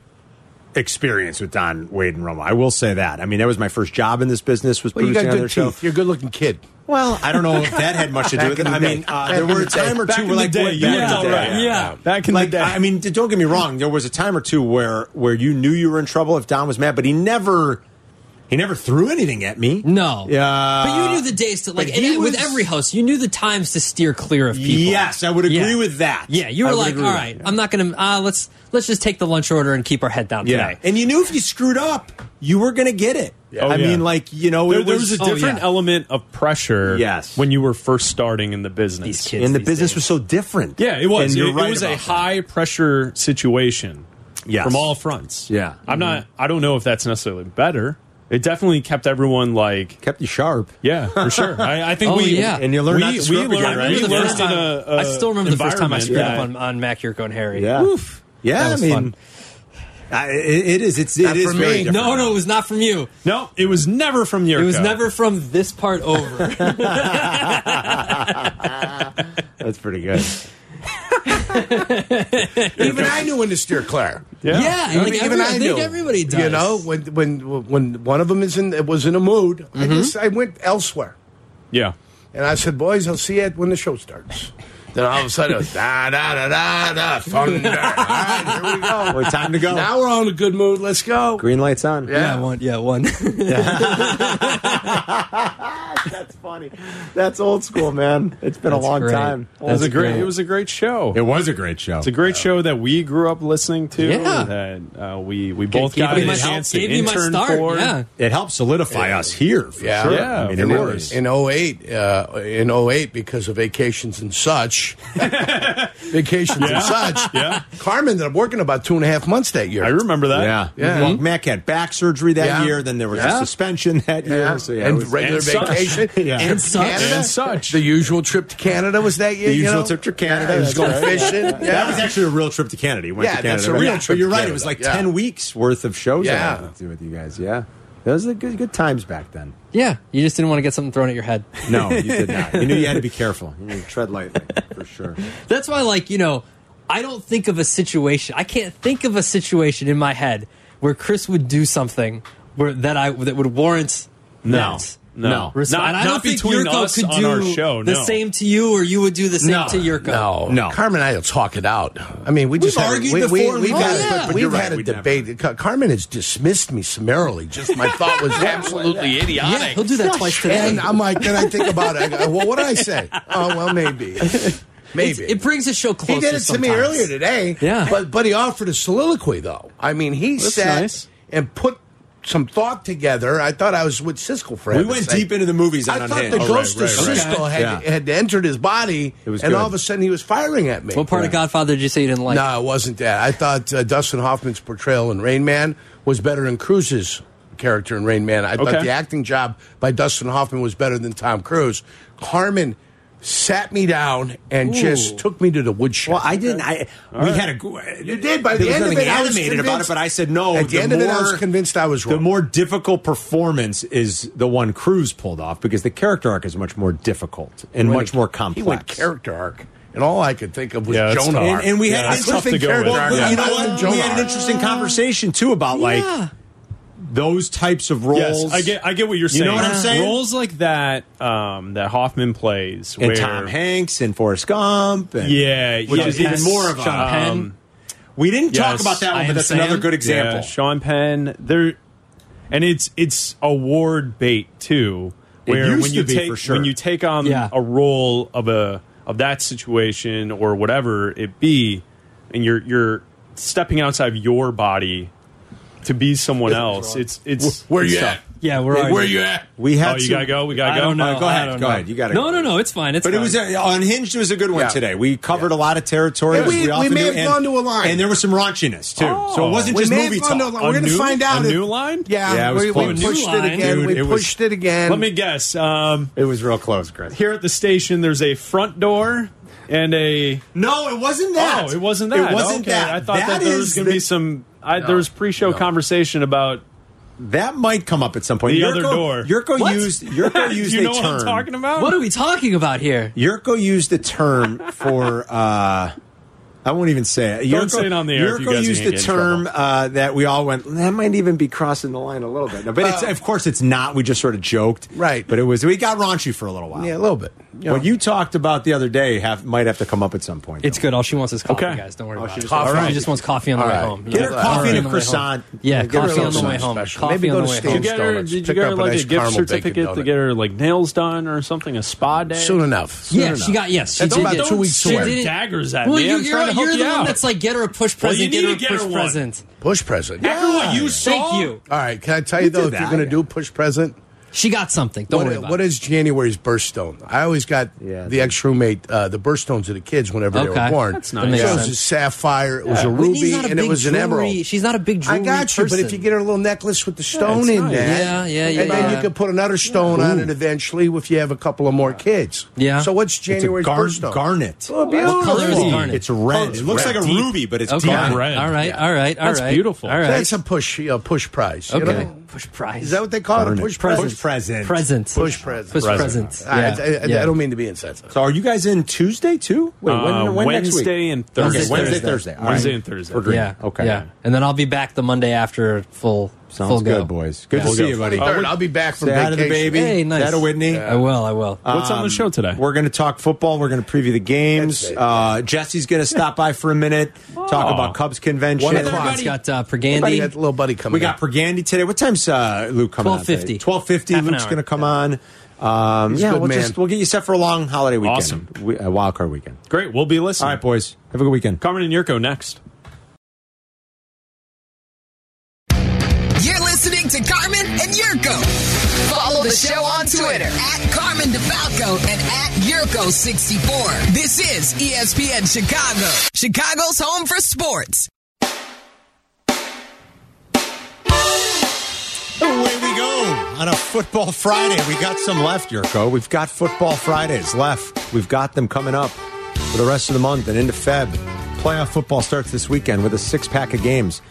Speaker 2: experience with Don Wade and Romo. I will say that. I mean, that was my first job in this business. Was
Speaker 3: well, you
Speaker 2: producing
Speaker 3: got
Speaker 2: on
Speaker 3: good
Speaker 2: their
Speaker 3: teeth.
Speaker 2: show.
Speaker 3: You're a good-looking kid.
Speaker 2: Well, I don't know if that had much to do
Speaker 3: Back
Speaker 2: with it.
Speaker 3: in the
Speaker 2: I mean,
Speaker 3: day.
Speaker 2: uh,
Speaker 3: Back
Speaker 2: there
Speaker 3: in
Speaker 2: were a
Speaker 3: the day.
Speaker 2: time or
Speaker 1: back
Speaker 2: two
Speaker 1: in
Speaker 2: where
Speaker 1: the
Speaker 2: like
Speaker 1: day,
Speaker 2: went
Speaker 1: you
Speaker 2: back
Speaker 1: looked
Speaker 2: in the
Speaker 1: all
Speaker 2: day.
Speaker 1: right.
Speaker 4: Yeah. Yeah.
Speaker 1: back in
Speaker 2: like
Speaker 1: the day.
Speaker 2: I mean, d- don't get me wrong. There was a time or two where where you knew you were in trouble if Don was mad, but he never he never threw anything at me.
Speaker 4: no,
Speaker 2: Yeah,
Speaker 4: but you knew the days to like.
Speaker 2: but
Speaker 4: And
Speaker 2: he
Speaker 4: with
Speaker 2: was-
Speaker 4: every host, you knew the times to steer clear of people.
Speaker 2: Yes, I would agree
Speaker 4: Yeah.
Speaker 2: with that.
Speaker 4: Yeah, you were
Speaker 2: I would
Speaker 4: like, all
Speaker 2: agree with
Speaker 4: right,
Speaker 2: that.
Speaker 4: I'm not gonna. Uh, let's let's just take the lunch order and keep our head down
Speaker 2: Yeah,
Speaker 4: today.
Speaker 2: and you knew if you screwed up, you were going to get it.
Speaker 1: Yeah. Oh,
Speaker 2: I
Speaker 1: yeah.
Speaker 2: mean, like you know,
Speaker 1: there,
Speaker 2: it
Speaker 1: there
Speaker 2: was,
Speaker 1: was a
Speaker 4: oh,
Speaker 1: different
Speaker 4: yeah.
Speaker 1: element of pressure.
Speaker 2: Yes.
Speaker 1: when you were first starting in the
Speaker 4: These
Speaker 1: business.
Speaker 4: kids
Speaker 2: and the
Speaker 4: these
Speaker 2: business
Speaker 4: days.
Speaker 2: was so different.
Speaker 1: Yeah, it was.
Speaker 2: And you're
Speaker 1: it, it
Speaker 2: right
Speaker 1: was a
Speaker 2: about that.
Speaker 1: high pressure situation.
Speaker 2: Yes.
Speaker 1: from all fronts.
Speaker 2: Yeah. Mm-hmm.
Speaker 1: I'm not. I don't know if that's necessarily better. It definitely kept everyone like
Speaker 2: kept you sharp.
Speaker 1: Yeah, for sure. I, I think
Speaker 4: Oh,
Speaker 1: we
Speaker 4: yeah.
Speaker 2: And you learn not to screw up again,
Speaker 1: learned-
Speaker 2: right?
Speaker 4: I
Speaker 1: we
Speaker 4: remember the
Speaker 1: learned
Speaker 4: first
Speaker 1: in
Speaker 4: time-
Speaker 1: a- a
Speaker 4: I still remember the first time I
Speaker 1: environment
Speaker 4: screwed
Speaker 1: that-
Speaker 4: up on, on Mac Yurko and Harry.
Speaker 2: Yeah.
Speaker 4: Oof. That
Speaker 2: Yeah, I
Speaker 4: was
Speaker 2: mean,
Speaker 4: fun.
Speaker 2: I, it it is. It's it
Speaker 3: Not
Speaker 2: is
Speaker 3: for
Speaker 2: very
Speaker 3: me.
Speaker 2: different.
Speaker 4: No, no, it was not from you.
Speaker 1: No, it was never from Yurko.
Speaker 4: It was never from this part over.
Speaker 2: That's pretty good.
Speaker 3: Even I knew when to steer clear.
Speaker 1: Yeah.
Speaker 4: Yeah,
Speaker 3: I
Speaker 4: like
Speaker 3: mean,
Speaker 4: every-
Speaker 3: even
Speaker 4: I,
Speaker 3: I
Speaker 4: think
Speaker 3: knew.
Speaker 4: everybody does.
Speaker 3: You know, when when when one of them is in was in a mood, I just I went elsewhere,
Speaker 1: Yeah.
Speaker 3: and I said, "Boys, I'll see you at- when the show starts." Then all of a sudden, it was, da da da da da thunder. all right, here we go.
Speaker 2: Well, time to go.
Speaker 3: Now we're all in a good mood. Let's go.
Speaker 2: Green lights on.
Speaker 4: yeah, one, yeah, one.
Speaker 2: That's funny. That's old school, man. It's been
Speaker 4: That's
Speaker 2: a long
Speaker 4: great.
Speaker 2: time.
Speaker 1: It was
Speaker 4: That's
Speaker 1: a great,
Speaker 4: great.
Speaker 1: It was a great show.
Speaker 2: It was a great show.
Speaker 1: It's a great show that we grew up listening to.
Speaker 4: Yeah.
Speaker 1: That uh, we we both
Speaker 2: keep
Speaker 1: got
Speaker 2: it
Speaker 1: a
Speaker 2: in
Speaker 1: chance
Speaker 2: house.
Speaker 1: to
Speaker 4: Gave me my
Speaker 1: intern
Speaker 4: start.
Speaker 1: for.
Speaker 4: Yeah.
Speaker 2: it helped solidify us here. For
Speaker 3: Yeah.
Speaker 2: sure.
Speaker 1: Yeah,
Speaker 2: I mean,
Speaker 1: of
Speaker 2: it
Speaker 1: course.
Speaker 2: was.
Speaker 3: in 08 uh, in 08 because of vacations and such vacations and such
Speaker 1: Yeah.
Speaker 3: carmen ended up working about two and a half months that year
Speaker 1: I remember that.
Speaker 2: Yeah.
Speaker 3: Yeah.
Speaker 2: Well, Mac had back surgery that
Speaker 3: Yeah.
Speaker 2: year. Then there was
Speaker 3: Yeah.
Speaker 2: a suspension that
Speaker 3: yeah.
Speaker 2: year. So yeah, it
Speaker 3: and
Speaker 2: was-
Speaker 3: regular
Speaker 1: and such.
Speaker 3: vacation
Speaker 2: Yeah.
Speaker 3: Trip
Speaker 2: And
Speaker 3: to
Speaker 4: such.
Speaker 3: Canada.
Speaker 1: And such.
Speaker 3: the usual trip to canada was that year
Speaker 2: the
Speaker 3: you
Speaker 2: usual
Speaker 3: know?
Speaker 2: trip to Canada.
Speaker 3: I was
Speaker 2: that's
Speaker 3: going
Speaker 2: right.
Speaker 3: fishing
Speaker 2: That was actually a real trip to Canada. You went to
Speaker 3: Yeah,
Speaker 2: Canada.
Speaker 3: that's a
Speaker 2: right?
Speaker 3: real
Speaker 2: Yeah,
Speaker 3: trip
Speaker 2: But you're
Speaker 3: to
Speaker 2: right. It was like
Speaker 3: Canada. Yeah.
Speaker 2: ten weeks worth of shows. I
Speaker 3: Yeah.
Speaker 2: had to do with you guys. Yeah, those are good good times back then.
Speaker 4: yeah, you just didn't want to get something thrown at your head.
Speaker 2: No, you did not. You knew you had to be careful. You knew to tread lightly for sure.
Speaker 4: That's why, like, you know, I don't think of a situation. I can't think of a situation in my head where Chris would do something where that I that would warrant
Speaker 1: No. No.
Speaker 4: that.
Speaker 2: No.
Speaker 1: Not,
Speaker 4: Resp- and I don't
Speaker 1: not
Speaker 4: think
Speaker 1: between
Speaker 4: Yurko
Speaker 1: us
Speaker 4: could
Speaker 1: on
Speaker 4: do
Speaker 1: our show.
Speaker 4: the
Speaker 1: no.
Speaker 4: same to you, or you would do the same
Speaker 2: No.
Speaker 4: to Yurko.
Speaker 3: No,
Speaker 2: No.
Speaker 3: Carmen and I will talk it out. I mean, we just had,
Speaker 2: argued
Speaker 3: we,
Speaker 2: before and
Speaker 3: We,
Speaker 2: we've
Speaker 3: have
Speaker 4: had- but-
Speaker 3: had,
Speaker 2: but
Speaker 3: Oh, we've
Speaker 2: you're right,
Speaker 3: had a
Speaker 2: we'd never.
Speaker 3: debate. Ca- Carmen has dismissed me summarily. Just my thought was absolutely idiotic.
Speaker 4: Yeah, he'll do that twice today.
Speaker 3: And I'm like, then I think about it. I go, well, what did I say? Oh, well, maybe.
Speaker 4: It's-
Speaker 3: Maybe.
Speaker 4: it brings the show closer.
Speaker 3: he did it to me
Speaker 4: sometimes.
Speaker 3: earlier today.
Speaker 4: Yeah.
Speaker 3: But, but he offered a soliloquy, though. I mean, he
Speaker 1: That's
Speaker 3: sat
Speaker 1: nice.
Speaker 3: and put some thought together. I thought I was with Siskel for
Speaker 2: We
Speaker 3: heaven's
Speaker 2: went
Speaker 3: sake.
Speaker 2: deep into the movies.
Speaker 3: I
Speaker 2: on
Speaker 3: thought
Speaker 2: Unhinged.
Speaker 3: the
Speaker 1: Oh,
Speaker 3: ghost
Speaker 1: right,
Speaker 3: of
Speaker 1: right,
Speaker 3: Siskel
Speaker 2: right.
Speaker 3: had,
Speaker 2: Yeah.
Speaker 3: had entered his body,
Speaker 2: It was
Speaker 3: and
Speaker 2: good.
Speaker 3: all of a sudden he was firing at me.
Speaker 4: What part of Godfather did you say you didn't like?
Speaker 3: No, it wasn't that. I thought uh, Dustin Hoffman's portrayal in Rain Man was better than Cruise's character in Rain Man. I thought
Speaker 1: Okay.
Speaker 3: the acting job by Dustin Hoffman was better than Tom Cruise. Harmon sat me down and just took me to the woodshed.
Speaker 2: Well, I didn't. I we had a. go-
Speaker 3: You did. By
Speaker 2: there
Speaker 3: the
Speaker 2: was
Speaker 3: end of
Speaker 2: nothing
Speaker 3: it, I was
Speaker 2: animated about it,
Speaker 3: convinced-
Speaker 2: but I said no.
Speaker 3: At the end of it, I was convinced I was
Speaker 2: The
Speaker 3: wrong.
Speaker 2: more difficult performance is the one Cruz pulled off because the character arc is much more difficult and much more complex.
Speaker 3: He went character arc, and all I could think of was
Speaker 1: Yeah, that's
Speaker 3: Jonah.
Speaker 1: tough.
Speaker 3: arc.
Speaker 2: And, and we
Speaker 1: Yeah,
Speaker 2: had
Speaker 1: that's tough to go
Speaker 2: character
Speaker 1: with.
Speaker 2: arc.
Speaker 1: Yeah.
Speaker 2: You know what?
Speaker 3: Jonah
Speaker 2: We had
Speaker 3: arc.
Speaker 2: an interesting conversation too about like
Speaker 4: Yeah.
Speaker 2: those types of roles.
Speaker 1: Yes, I get. I get what you're
Speaker 2: You
Speaker 1: saying.
Speaker 2: know what I'm saying?
Speaker 1: Roles like that um, that Hoffman plays,
Speaker 2: and
Speaker 1: where
Speaker 2: Tom Hanks and Forrest Gump. And,
Speaker 1: yeah,
Speaker 2: which
Speaker 1: yeah, Um,
Speaker 2: is even
Speaker 1: yes.
Speaker 2: more of a.
Speaker 4: Sean Penn.
Speaker 2: we didn't talk
Speaker 1: Yes,
Speaker 2: about that
Speaker 4: I
Speaker 2: one,
Speaker 4: Am
Speaker 2: but that's
Speaker 4: Sam.
Speaker 2: another good example.
Speaker 1: Yeah, Sean Penn. There, and it's it's award bait too. Where
Speaker 2: used
Speaker 1: when
Speaker 2: to
Speaker 1: you
Speaker 2: be,
Speaker 1: take
Speaker 2: for sure.
Speaker 1: when you take on
Speaker 4: Yeah.
Speaker 1: a role of a of that situation or whatever it be, and you're you're stepping outside of your body to be someone else. It's it's
Speaker 3: Where
Speaker 1: it's
Speaker 3: you
Speaker 1: tough.
Speaker 3: at?
Speaker 4: Yeah, we're already-
Speaker 3: Where you at?
Speaker 2: we
Speaker 1: Oh,
Speaker 2: had
Speaker 1: you
Speaker 2: some-
Speaker 1: gotta go. We gotta
Speaker 4: I
Speaker 1: go.
Speaker 4: don't know.
Speaker 2: All right, go
Speaker 4: I
Speaker 2: ahead.
Speaker 4: don't
Speaker 2: Go
Speaker 4: know.
Speaker 2: ahead. You got it.
Speaker 4: No, no, no. It's fine. It's
Speaker 2: But
Speaker 4: fine.
Speaker 2: it was uh, unhinged. Was a good one
Speaker 3: Yeah.
Speaker 2: today. We covered a lot of territory.
Speaker 3: Yeah,
Speaker 2: as
Speaker 3: we- we
Speaker 2: often
Speaker 3: may
Speaker 2: do,
Speaker 3: have
Speaker 2: and-
Speaker 3: gone to a line.
Speaker 2: and there was some raunchiness too. so it wasn't
Speaker 3: We
Speaker 2: just
Speaker 3: may
Speaker 2: movie
Speaker 3: have
Speaker 2: talk.
Speaker 3: gone to a line. We're
Speaker 1: A
Speaker 3: gonna
Speaker 1: new-
Speaker 3: find out
Speaker 1: A
Speaker 3: if-
Speaker 1: new line.
Speaker 3: Yeah,
Speaker 2: Yeah, it was
Speaker 3: we, we
Speaker 2: close.
Speaker 3: pushed
Speaker 4: New
Speaker 3: it again.
Speaker 2: line.
Speaker 3: we
Speaker 2: Dude, it was-
Speaker 3: pushed it again.
Speaker 1: Let me guess. Um,
Speaker 2: It was real close, Chris.
Speaker 1: here at the station, there's a front door and a.
Speaker 2: No, it wasn't that.
Speaker 1: Oh, it wasn't that.
Speaker 2: It wasn't
Speaker 1: Okay,
Speaker 2: that.
Speaker 1: I thought that, there was
Speaker 2: is
Speaker 1: going to be
Speaker 2: the-
Speaker 1: some. I, there was pre-show
Speaker 3: no.
Speaker 1: conversation about.
Speaker 2: That might come up at some point.
Speaker 1: The
Speaker 2: Yurko,
Speaker 1: other door.
Speaker 2: Yurko
Speaker 1: What?
Speaker 2: used. Yurko used
Speaker 1: you
Speaker 2: a
Speaker 1: know
Speaker 2: term.
Speaker 1: what I'm talking about?
Speaker 4: What are we talking about here?
Speaker 2: Yurko used a term for. Uh, I won't even say it.
Speaker 1: Don't
Speaker 2: Yurko,
Speaker 1: say it on the air if you
Speaker 2: Yurko
Speaker 1: guys are
Speaker 2: used
Speaker 1: gonna
Speaker 2: a
Speaker 1: get in
Speaker 2: term
Speaker 1: trouble.
Speaker 2: uh, that we all went. That might even be crossing the line a little bit. No, but it's,
Speaker 1: Uh,
Speaker 3: Well-
Speaker 2: of course, it's not. We just sort of joked,
Speaker 3: Right.
Speaker 2: But it was. We got raunchy for a little while.
Speaker 3: Yeah, a little bit.
Speaker 2: What you talked about the other day have, might have to come up at some point.
Speaker 4: It's good. All she wants is coffee,
Speaker 1: Okay.
Speaker 4: guys. Don't worry about
Speaker 3: she
Speaker 4: it.
Speaker 3: just wants
Speaker 4: All right.
Speaker 3: coffee.
Speaker 4: She just wants coffee on the
Speaker 3: All
Speaker 4: way
Speaker 3: right.
Speaker 4: home.
Speaker 3: Get her
Speaker 4: Yeah.
Speaker 3: coffee
Speaker 4: All
Speaker 3: and
Speaker 2: a
Speaker 4: on the way
Speaker 2: croissant.
Speaker 4: home. Yeah,
Speaker 2: Give her a
Speaker 4: coffee on the
Speaker 2: little
Speaker 4: way
Speaker 2: something
Speaker 4: home.
Speaker 3: special.
Speaker 4: Coffee
Speaker 3: Maybe go
Speaker 4: on
Speaker 3: to
Speaker 4: the way
Speaker 3: Stan's
Speaker 4: home.
Speaker 1: Did you get her,
Speaker 3: Donuts.
Speaker 1: did you
Speaker 3: Pick
Speaker 1: get
Speaker 3: up
Speaker 1: her
Speaker 3: a
Speaker 1: like
Speaker 3: nice
Speaker 1: a gift
Speaker 3: caramel bacon
Speaker 1: certificate to
Speaker 3: donut.
Speaker 1: get her like nails done or something? A spa day?
Speaker 3: Soon enough.
Speaker 4: Yeah, she got yes. She
Speaker 3: That's
Speaker 4: did
Speaker 3: about
Speaker 4: get-
Speaker 3: two weeks
Speaker 4: she
Speaker 3: away.
Speaker 4: did it.
Speaker 1: Daggers at
Speaker 4: well,
Speaker 1: me.
Speaker 4: You're,
Speaker 1: I'm
Speaker 4: you're,
Speaker 1: trying to help
Speaker 4: you're the
Speaker 1: you
Speaker 4: one
Speaker 1: out.
Speaker 4: that's like, get her a push present.
Speaker 1: need
Speaker 4: get her
Speaker 1: to
Speaker 4: a
Speaker 1: get
Speaker 4: push
Speaker 1: her one.
Speaker 4: present.
Speaker 3: Push present.
Speaker 1: After what you
Speaker 4: Thank
Speaker 1: saw?
Speaker 4: you.
Speaker 3: All right. Can I tell you,
Speaker 2: You
Speaker 3: though,
Speaker 2: did
Speaker 3: if you're
Speaker 2: that,
Speaker 3: going to
Speaker 2: yeah.
Speaker 3: do push present,
Speaker 4: She got something. Don't
Speaker 3: what,
Speaker 4: worry about
Speaker 3: what
Speaker 4: it.
Speaker 3: is January's birthstone? I always got
Speaker 2: Yeah,
Speaker 3: the
Speaker 2: dude.
Speaker 3: ex roommate uh, the birthstones of the kids whenever they
Speaker 4: Okay.
Speaker 3: were born.
Speaker 4: That's
Speaker 1: nice.
Speaker 3: It
Speaker 1: That
Speaker 4: makes
Speaker 3: was a
Speaker 4: sense.
Speaker 3: sapphire, it was a
Speaker 4: Whitney's
Speaker 3: ruby,
Speaker 4: not a
Speaker 3: and it
Speaker 4: big
Speaker 3: was an
Speaker 4: jewelry-
Speaker 3: emerald.
Speaker 4: She's not a big
Speaker 3: I
Speaker 4: jewelry
Speaker 3: got you, but if
Speaker 4: person.
Speaker 3: you get her a little necklace with the stone in
Speaker 1: nice.
Speaker 3: there,
Speaker 4: Yeah, yeah, yeah,
Speaker 3: and then
Speaker 4: yeah.
Speaker 3: you could put another stone on it eventually if you have a couple of more kids.
Speaker 4: Yeah.
Speaker 3: So what's
Speaker 2: It's a
Speaker 3: January's
Speaker 2: gar-
Speaker 3: birthstone?
Speaker 2: garnet.
Speaker 3: Oh, beautiful.
Speaker 4: What color is
Speaker 2: It's
Speaker 4: garnet?
Speaker 2: It's red.
Speaker 1: It's
Speaker 2: it looks
Speaker 1: red.
Speaker 2: like a
Speaker 1: Deep.
Speaker 2: ruby, but it's
Speaker 4: Okay.
Speaker 2: deep.
Speaker 1: Dark red.
Speaker 4: All right.
Speaker 3: Yeah.
Speaker 4: All right. All right.
Speaker 1: That's beautiful.
Speaker 4: All right.
Speaker 3: That's a push, a push prize. You
Speaker 4: Okay.
Speaker 3: know?
Speaker 4: Push prize.
Speaker 3: Is that what they call it? A
Speaker 2: Garnet.
Speaker 3: push prize?
Speaker 4: Push
Speaker 2: present.
Speaker 4: Present.
Speaker 3: Push present.
Speaker 4: Push
Speaker 1: Present.
Speaker 4: present.
Speaker 3: I,
Speaker 4: Yeah.
Speaker 3: I- I- I
Speaker 4: Yeah.
Speaker 3: don't mean to be insensitive.
Speaker 2: So are you guys in Tuesday too? Wait,
Speaker 1: Uh,
Speaker 2: next week?
Speaker 1: Wednesday and Thursday.
Speaker 2: Okay, Wednesday,
Speaker 4: Thursday.
Speaker 2: Thursday. All
Speaker 1: Wednesday and Thursday.
Speaker 2: We're good.
Speaker 4: Yeah.
Speaker 2: Okay.
Speaker 4: Yeah. And then I'll be back the Monday after full.
Speaker 2: Sounds
Speaker 4: full
Speaker 2: good,
Speaker 4: go.
Speaker 2: boys. Good
Speaker 1: We'll
Speaker 2: to see
Speaker 1: go.
Speaker 2: you, buddy.
Speaker 1: Oh,
Speaker 3: Third,
Speaker 1: what-
Speaker 3: I'll be back from
Speaker 2: Say hi to the
Speaker 3: vacation.
Speaker 2: baby.
Speaker 4: Hey, nice.
Speaker 2: That a Whitney. Uh,
Speaker 4: I will. I will.
Speaker 1: What's on the show today?
Speaker 2: Um, We're going to talk football. We're going to preview the games.
Speaker 3: That's it.
Speaker 2: Uh, Jesse's going to stop by for a minute, talk
Speaker 1: Aw.
Speaker 2: about Cubs convention.
Speaker 3: One
Speaker 4: Hey,
Speaker 3: o'clock.
Speaker 4: everybody's got uh,
Speaker 3: Buddy,
Speaker 4: Pergandy.
Speaker 3: that little buddy coming.
Speaker 2: We got Pergandy today. What time's uh, Luke coming?
Speaker 4: 12:50.
Speaker 2: Twelve fifty.
Speaker 4: Half an
Speaker 2: Luke's
Speaker 4: hour.
Speaker 2: going to come on. Um, yeah,
Speaker 3: good
Speaker 2: we'll
Speaker 3: man.
Speaker 2: just we'll get you set for a long holiday weekend.
Speaker 1: Awesome.
Speaker 2: We, uh, wild card weekend.
Speaker 1: Great. We'll be
Speaker 2: All
Speaker 1: listening.
Speaker 2: right, boys. Have a good weekend.
Speaker 1: Carmen and Yurko next.
Speaker 5: You're listening to Carmen and Yurko. Follow the show on Twitter at Carmen DeFalco and at Yurko64. This is E ESPN Chicago, Chicago's home for sports.
Speaker 2: Away we go on a football Friday. We got some left, Yurko. We've got football Fridays left. We've got them coming up for the rest of the month and into Feb. Playoff football starts this weekend with a six pack of games.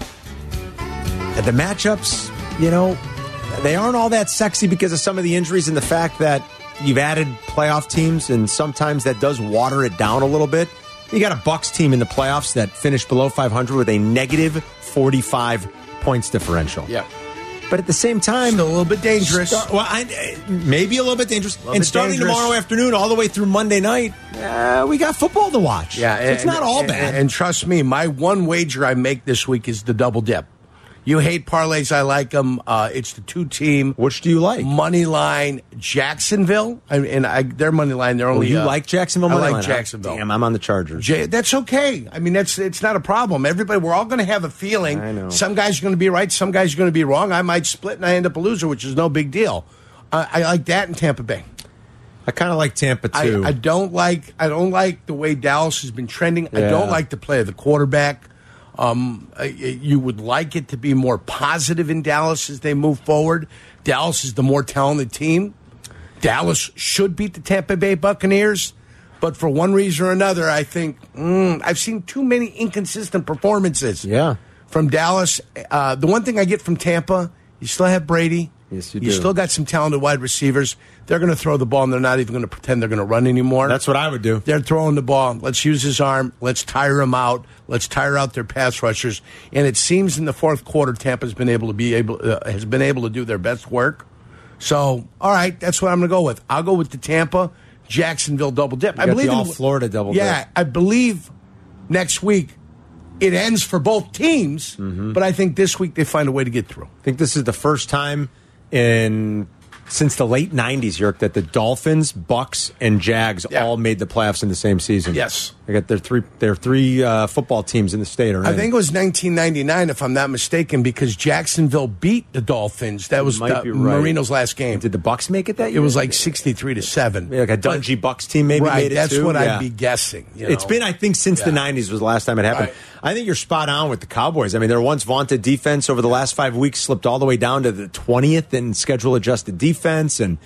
Speaker 2: And the matchups, you know, they aren't all that sexy because of some of the injuries and the fact that you've added playoff teams, and sometimes that does water it down a little bit. You got a Bucks team in the playoffs that finished below 500 with a negative 45 points differential.
Speaker 3: Yeah.
Speaker 2: But at the same time,
Speaker 3: Still a little bit dangerous.
Speaker 2: Start- well, I, uh, maybe a little bit dangerous. and
Speaker 3: bit
Speaker 2: starting
Speaker 3: dangerous.
Speaker 2: tomorrow afternoon, all the way through Monday night, uh, we got football to watch.
Speaker 3: Yeah,
Speaker 2: so it's not all
Speaker 3: and-
Speaker 2: bad.
Speaker 3: And, and trust me, my one wager I make this week is the double dip. You hate parlays, I like them. Uh, it's the two team
Speaker 2: Which do you like?
Speaker 3: money line Jacksonville, I, and I, their money line. They're
Speaker 2: Oh,
Speaker 3: only
Speaker 2: you
Speaker 3: uh,
Speaker 2: like Jacksonville?
Speaker 3: I
Speaker 2: money
Speaker 3: like
Speaker 2: line, huh?
Speaker 3: Jacksonville.
Speaker 2: Damn, I'm on the Chargers.
Speaker 3: Jay, that's okay. I mean, that's it's not a problem. Everybody, we're all going to have a feeling.
Speaker 2: I know.
Speaker 3: Some guys are going to be right. Some guys are going to be wrong. I might split and I end up a loser, which is no big deal. I, I like that in Tampa Bay.
Speaker 2: I kind of like Tampa too.
Speaker 3: I, I don't like I don't like the way Dallas has been trending. I
Speaker 2: Yeah.
Speaker 3: don't like the play of the quarterback. Um, I- I- you would like it to be more positive in Dallas as they move forward. Dallas is the more talented team. Dallas should beat the Tampa Bay Buccaneers, but for one reason or another, I think mm, I've seen too many inconsistent performances.
Speaker 2: Yeah.
Speaker 3: from Dallas. Uh, the one thing I get from Tampa, you still have Brady.
Speaker 2: Yes, you
Speaker 3: You
Speaker 2: do.
Speaker 3: still got some talented wide receivers. They're going to throw the ball, and they're not even going to pretend they're going to run anymore.
Speaker 2: That's what I would do.
Speaker 3: They're throwing the ball. Let's use his arm. Let's tire him out. Let's tire out their pass rushers. And it seems in the fourth quarter, Tampa's been able to be able uh, has been able to do their best work. So, all right, that's what I'm going to go with. I'll go with the Tampa Jacksonville double dip. I
Speaker 2: got
Speaker 3: believe
Speaker 2: the
Speaker 3: in-
Speaker 2: all Florida double
Speaker 3: Yeah,
Speaker 2: dip.
Speaker 3: I believe next week it ends for both teams,
Speaker 2: Mm-hmm.
Speaker 3: but I think this week they find a way to get through.
Speaker 2: I think this is the first time in since the late '90s, York, that the Dolphins, Bucks, and Jags
Speaker 3: Yeah.
Speaker 2: all made the playoffs in the same season.
Speaker 3: Yes.
Speaker 2: I got their three their three uh, football teams in the state. Are
Speaker 3: I
Speaker 2: in.
Speaker 3: think it was 1999, if I'm not mistaken, because Jacksonville beat the Dolphins. That was
Speaker 2: might
Speaker 3: uh,
Speaker 2: be right.
Speaker 3: Marino's last game.
Speaker 2: did the Bucks make it that year?
Speaker 3: It was like 63 to 7.
Speaker 2: Yeah, like a
Speaker 3: But-
Speaker 2: Dungy Bucks team maybe
Speaker 3: right,
Speaker 2: made it
Speaker 3: that's
Speaker 2: too.
Speaker 3: what
Speaker 2: Yeah.
Speaker 3: I'd be guessing. you
Speaker 2: It's
Speaker 3: know.
Speaker 2: been, I think, since the
Speaker 3: Yeah.
Speaker 2: '90s was the last time it happened.
Speaker 3: Right.
Speaker 2: I think you're spot on with the Cowboys. I mean, their once vaunted defense over the last five weeks slipped all the way down to the 20th in schedule adjusted defense, and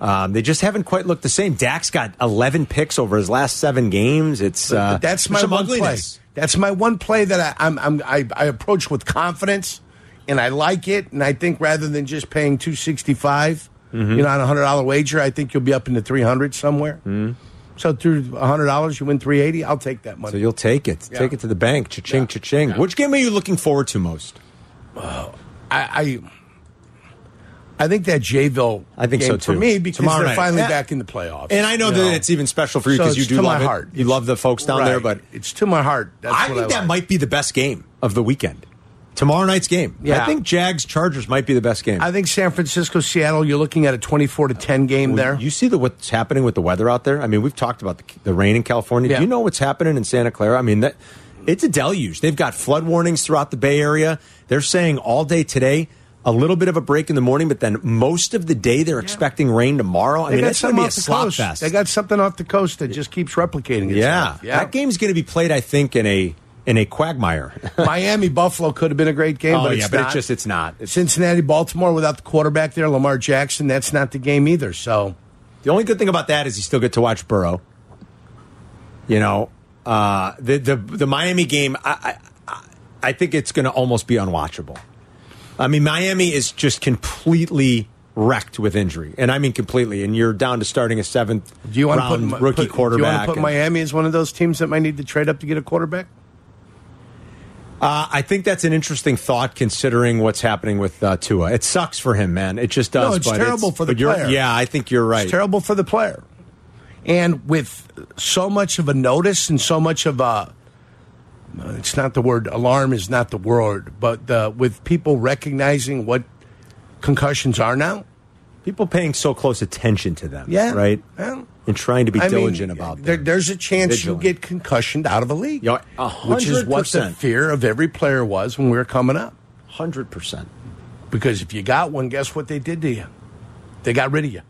Speaker 2: um, they just haven't quite looked the same. Dak's got 11 picks over his last seven games. It's uh,
Speaker 3: that's
Speaker 2: there's
Speaker 3: my
Speaker 2: some
Speaker 3: one
Speaker 2: ugliness.
Speaker 3: play. That's my one play that I, I'm, I'm, I, I approach with confidence, and I like it. And I think rather than just paying 265
Speaker 2: Mm-hmm.
Speaker 3: you know, on a hundred dollar wager, I think you'll be up into 300 somewhere.
Speaker 2: Mm-hmm.
Speaker 3: So through hundred dollars, you win 380. I'll take that money.
Speaker 2: So you'll take it,
Speaker 3: Yeah.
Speaker 2: take it to the bank, cha-ching,
Speaker 3: Yeah.
Speaker 2: cha-ching. Which game are you looking forward to most?
Speaker 3: I, I, I think that Jayville.
Speaker 2: I think
Speaker 3: game
Speaker 2: so,
Speaker 3: For
Speaker 2: too.
Speaker 3: me, because
Speaker 2: Tomorrow
Speaker 3: they're
Speaker 2: night.
Speaker 3: finally
Speaker 2: Yeah.
Speaker 3: back in the playoffs,
Speaker 2: And I know
Speaker 3: you
Speaker 2: that it's even special for you
Speaker 3: So
Speaker 2: because you
Speaker 3: it's
Speaker 2: do
Speaker 3: to
Speaker 2: love
Speaker 3: my
Speaker 2: it.
Speaker 3: heart.
Speaker 2: You love the folks down there,
Speaker 3: Right.
Speaker 2: but
Speaker 3: it's to my heart. That's
Speaker 2: I
Speaker 3: what
Speaker 2: think that
Speaker 3: like.
Speaker 2: might be the best game of the weekend. Tomorrow night's game.
Speaker 3: Yeah.
Speaker 2: I think Jags Chargers might be the best game.
Speaker 3: I think San Francisco, Seattle. You're looking at a 24 to 10 game there.
Speaker 2: You see the what's happening with the weather out there. I mean, we've talked about the, the rain in California.
Speaker 3: Yeah.
Speaker 2: Do you know what's happening in Santa Clara? I mean, that it's a deluge. They've got flood warnings throughout the Bay Area. They're saying all day today. A little bit of a break in the morning, but then most of the day they're expecting rain tomorrow. I
Speaker 3: They
Speaker 2: mean,
Speaker 3: got
Speaker 2: that's going to
Speaker 3: something
Speaker 2: be a
Speaker 3: off the
Speaker 2: slop
Speaker 3: coast.
Speaker 2: fest.
Speaker 3: They got something off the coast that just keeps replicating itself.
Speaker 2: uh, yeah. that game's going to be played, I think, in a in a quagmire.
Speaker 3: Miami Buffalo could have been a great game,
Speaker 2: oh
Speaker 3: but
Speaker 2: yeah,
Speaker 3: it's
Speaker 2: but
Speaker 3: not.
Speaker 2: it's just it's not. It's
Speaker 3: Cincinnati Baltimore without the quarterback there, Lamar Jackson. That's not the game either. So
Speaker 2: The only good thing about that is you still get to watch Burrow. You know, uh, the the the Miami game, I I, I- I think it's going to almost be unwatchable. I mean, Miami is just completely wrecked with injury, and I mean completely. And you're down to starting a seventh
Speaker 3: Do you want to put
Speaker 2: round
Speaker 3: Mi-
Speaker 2: rookie
Speaker 3: put- Do you want
Speaker 2: quarterback.
Speaker 3: to put
Speaker 2: and-
Speaker 3: Miami as one of those teams that might need to trade up to get a quarterback?
Speaker 2: Uh, I think that's an interesting thought, considering what's happening with uh, Tua. It sucks for him, man. It just does.
Speaker 3: No, it's
Speaker 2: but
Speaker 3: terrible for the
Speaker 2: but you're-
Speaker 3: player.
Speaker 2: Yeah, I think you're right.
Speaker 3: It's terrible for the player. And with so much of a notice and so much of a uh, it's not the word alarm is not the word, but uh, with people recognizing what concussions are now.
Speaker 2: People paying so close attention to them,
Speaker 3: Yeah.
Speaker 2: right,
Speaker 3: Yeah.
Speaker 2: and trying to be
Speaker 3: I mean,
Speaker 2: diligent about
Speaker 3: there,
Speaker 2: them.
Speaker 3: There's a chance
Speaker 2: Vigilant.
Speaker 3: you get concussioned out of a league,
Speaker 2: Yeah, a
Speaker 3: which is what the
Speaker 2: 100%.
Speaker 3: fear of every player was when we were coming up.
Speaker 2: hundred percent.
Speaker 3: Because if you got one, guess what they did to you? They got rid of you.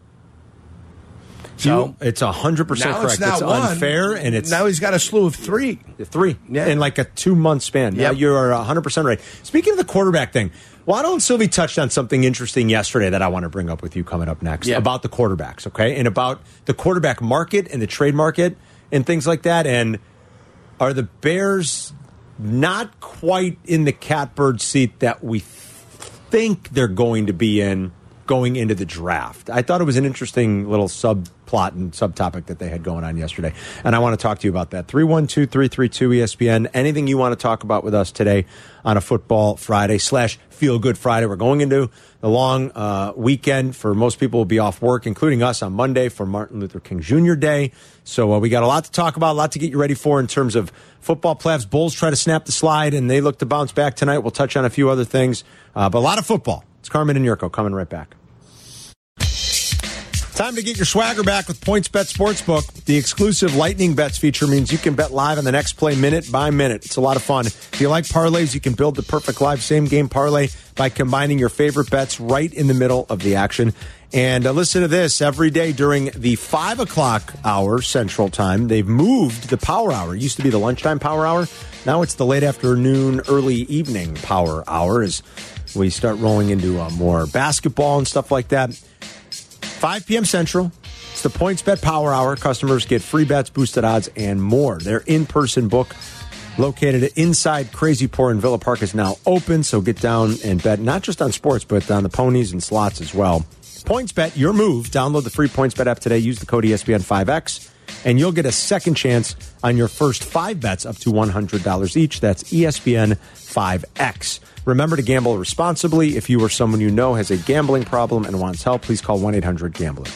Speaker 3: So
Speaker 2: It's hundred percent
Speaker 3: now
Speaker 2: correct.
Speaker 3: it's not
Speaker 2: it's
Speaker 3: one.
Speaker 2: unfair, and it's
Speaker 3: now he's got a slew of three.
Speaker 2: Three
Speaker 3: Yeah.
Speaker 2: in like a two month span. Yeah,
Speaker 3: Yep.
Speaker 2: you are 100% right. Speaking of the quarterback thing, Waddle and Sylvie touched on something interesting yesterday that I want to bring up with you coming up next
Speaker 3: Yeah.
Speaker 2: about the quarterbacks, okay? And about the quarterback market and the trade market and things like that. And are the Bears not quite in the catbird seat that we think they're going to be in going into the draft. I thought it was an interesting little subplot and subtopic that they had going on yesterday. And I want to talk to you about that. 312 332 ESPN. Anything you want to talk about with us today on a football Friday slash feel good Friday. We're going into the long uh, weekend for most people will be off work, including us on Monday for Martin Luther King Jr. Day. So uh, we got a lot to talk about, a lot to get you ready for in terms of football playoffs. Bulls try to snap the slide and they look to bounce back tonight. We'll touch on a few other things, uh, but a lot of football. It's Carmen and Yurko coming right back. Time to get your swagger back with PointsBet Sportsbook. The exclusive Lightning Bets feature means you can bet live on the next play minute by minute. It's a lot of fun. If you like parlays, you can build the perfect live same game parlay by combining your favorite bets right in the middle of the action. And uh, listen to this every day during the five o'clock hour Central Time. They've moved the power hour. It used to be the lunchtime power hour. Now it's the late afternoon, early evening power hour as we start rolling into uh, more basketball and stuff like that. 5 p.m. Central. It's the Points Bet Power Hour. Customers get free bets, boosted odds, and more. Their in person book, located inside Crazy Pour in Villa Park, is now open. So get down and bet not just on sports, but on the ponies and slots as well. Points Bet, your move. Download the free Points Bet app today. Use the code E ESPN5X, and you'll get a second chance on your first five bets up to $100 each. That's E ESPN5X. Remember to gamble responsibly. If you or someone you know has a gambling problem and wants help, please call 1 800 Gambler.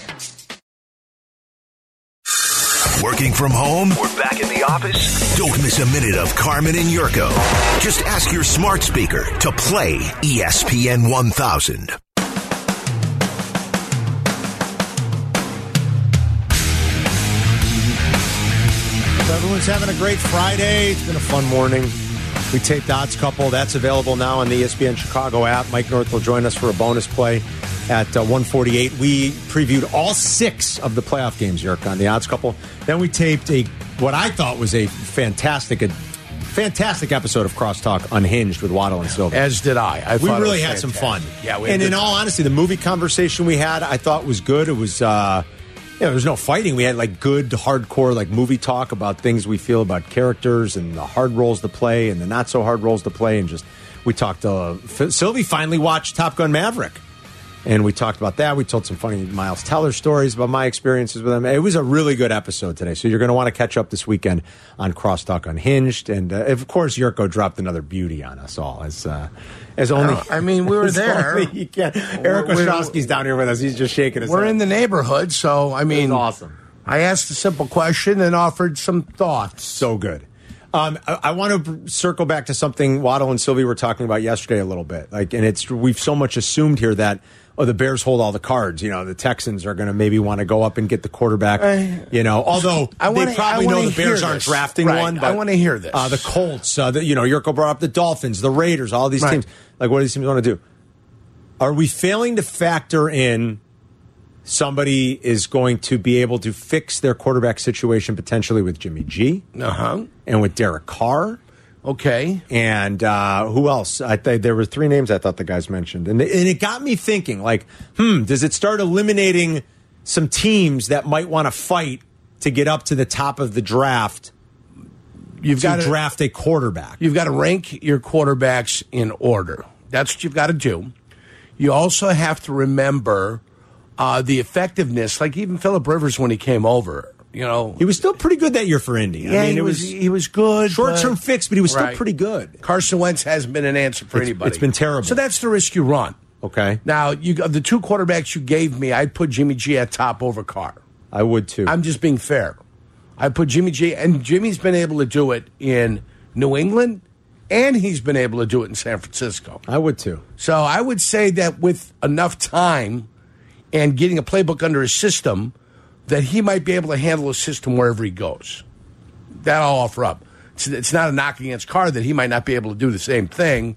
Speaker 6: Working from home?
Speaker 7: We're back in the office.
Speaker 6: Don't miss a minute of Carmen and Yurko. Just ask your smart speaker to play E ESPN 1000.
Speaker 2: So everyone's having a great Friday. It's been a fun morning. We taped Odds Couple. That's available now on the E ESPN Chicago app. Mike North will join us for a bonus play at uh, 148. We previewed all six of the playoff games, Yerk, on the Odds Couple. Then we taped a what I thought was a fantastic, a fantastic episode of Crosstalk Unhinged with Waddle and Silva.
Speaker 3: As did I. I
Speaker 2: we
Speaker 3: thought it
Speaker 2: really
Speaker 3: was
Speaker 2: had some fun.
Speaker 3: fantastic. Yeah, we had
Speaker 2: and
Speaker 3: good
Speaker 2: in all honesty, the movie conversation we had, I thought was good. It was, uh, you know, there was no fighting. We had like good, hardcore, like movie talk about things we feel about characters and the hard roles to play and the not so hard roles to play. And just we talked. Uh, F- Sylvie finally watched Top Gun Maverick, and we talked about that. We told some funny Miles Teller stories about my experiences with him. It was a really good episode today. So you're going to want to catch up this weekend on Crosstalk Unhinged, and uh, of course, Yurko dropped another beauty on us all as. Uh, as only
Speaker 3: don't- Oh, I mean, we were
Speaker 2: as
Speaker 3: there.
Speaker 2: only he can. Eric
Speaker 3: We're- we're-
Speaker 2: Ostrowski's down here with us. He's just shaking his
Speaker 3: We're
Speaker 2: head.
Speaker 3: in the neighborhood, so I mean,
Speaker 2: awesome.
Speaker 3: I asked a simple question and offered some thoughts.
Speaker 2: so good. Um, I, I want to circle back to something Waddle and Sylvie were talking about yesterday a little bit. Like, and it's we've so much assumed here that oh, the Bears hold all the cards. You know, the Texans are going to maybe want to go up and get the quarterback. you know, although
Speaker 3: Uh, I wanna-
Speaker 2: they probably
Speaker 3: I wanna
Speaker 2: know the
Speaker 3: hear
Speaker 2: Bears aren't
Speaker 3: this.
Speaker 2: drafting
Speaker 3: Right.
Speaker 2: one.
Speaker 3: I
Speaker 2: But,
Speaker 3: wanna hear this.
Speaker 2: Uh, the Colts. Uh, the, you know, Yurko brought up the Dolphins, the Raiders, all these
Speaker 3: Right.
Speaker 2: teams. Like, what do these teams want to do? Are we failing to factor in? Somebody is going to be able to fix their quarterback situation potentially with Jimmy G
Speaker 3: Uh huh.
Speaker 2: and with Derek Carr.
Speaker 3: Okay.
Speaker 2: And uh, who else? I th- there were three names I thought the guys mentioned, and, and it got me thinking. Like, hmm, does it start eliminating some teams that might want to fight to get up to the top of the draft
Speaker 3: You've
Speaker 2: to
Speaker 3: got to
Speaker 2: draft a quarterback?
Speaker 3: You've got to rank your quarterbacks in order. That's what you've got to do. you also have to remember uh, the effectiveness. Like even Philip Rivers when he came over, you know,
Speaker 2: He was still pretty good that year for Indy.
Speaker 3: yeah, he was, he was good.
Speaker 2: short term
Speaker 3: but-
Speaker 2: fix, but he was
Speaker 3: Right.
Speaker 2: still pretty good.
Speaker 3: Carson Wentz hasn't been an answer for
Speaker 2: It's-
Speaker 3: anybody.
Speaker 2: it's been terrible.
Speaker 3: So that's the risk you run.
Speaker 2: Okay,
Speaker 3: Now, you of the two quarterbacks you gave me, I'd put Jimmy G at top over Carr.
Speaker 2: I would too.
Speaker 3: I'm just being fair. I put Jimmy G, and Jimmy's been able to do it in New England, and he's been able to do it in San Francisco.
Speaker 2: I would too.
Speaker 3: So I would say that with enough time and getting a playbook under his system, that he might be able to handle his system wherever he goes. That I'll offer up. It's, it's not a knock against Carr that he might not be able to do the same thing.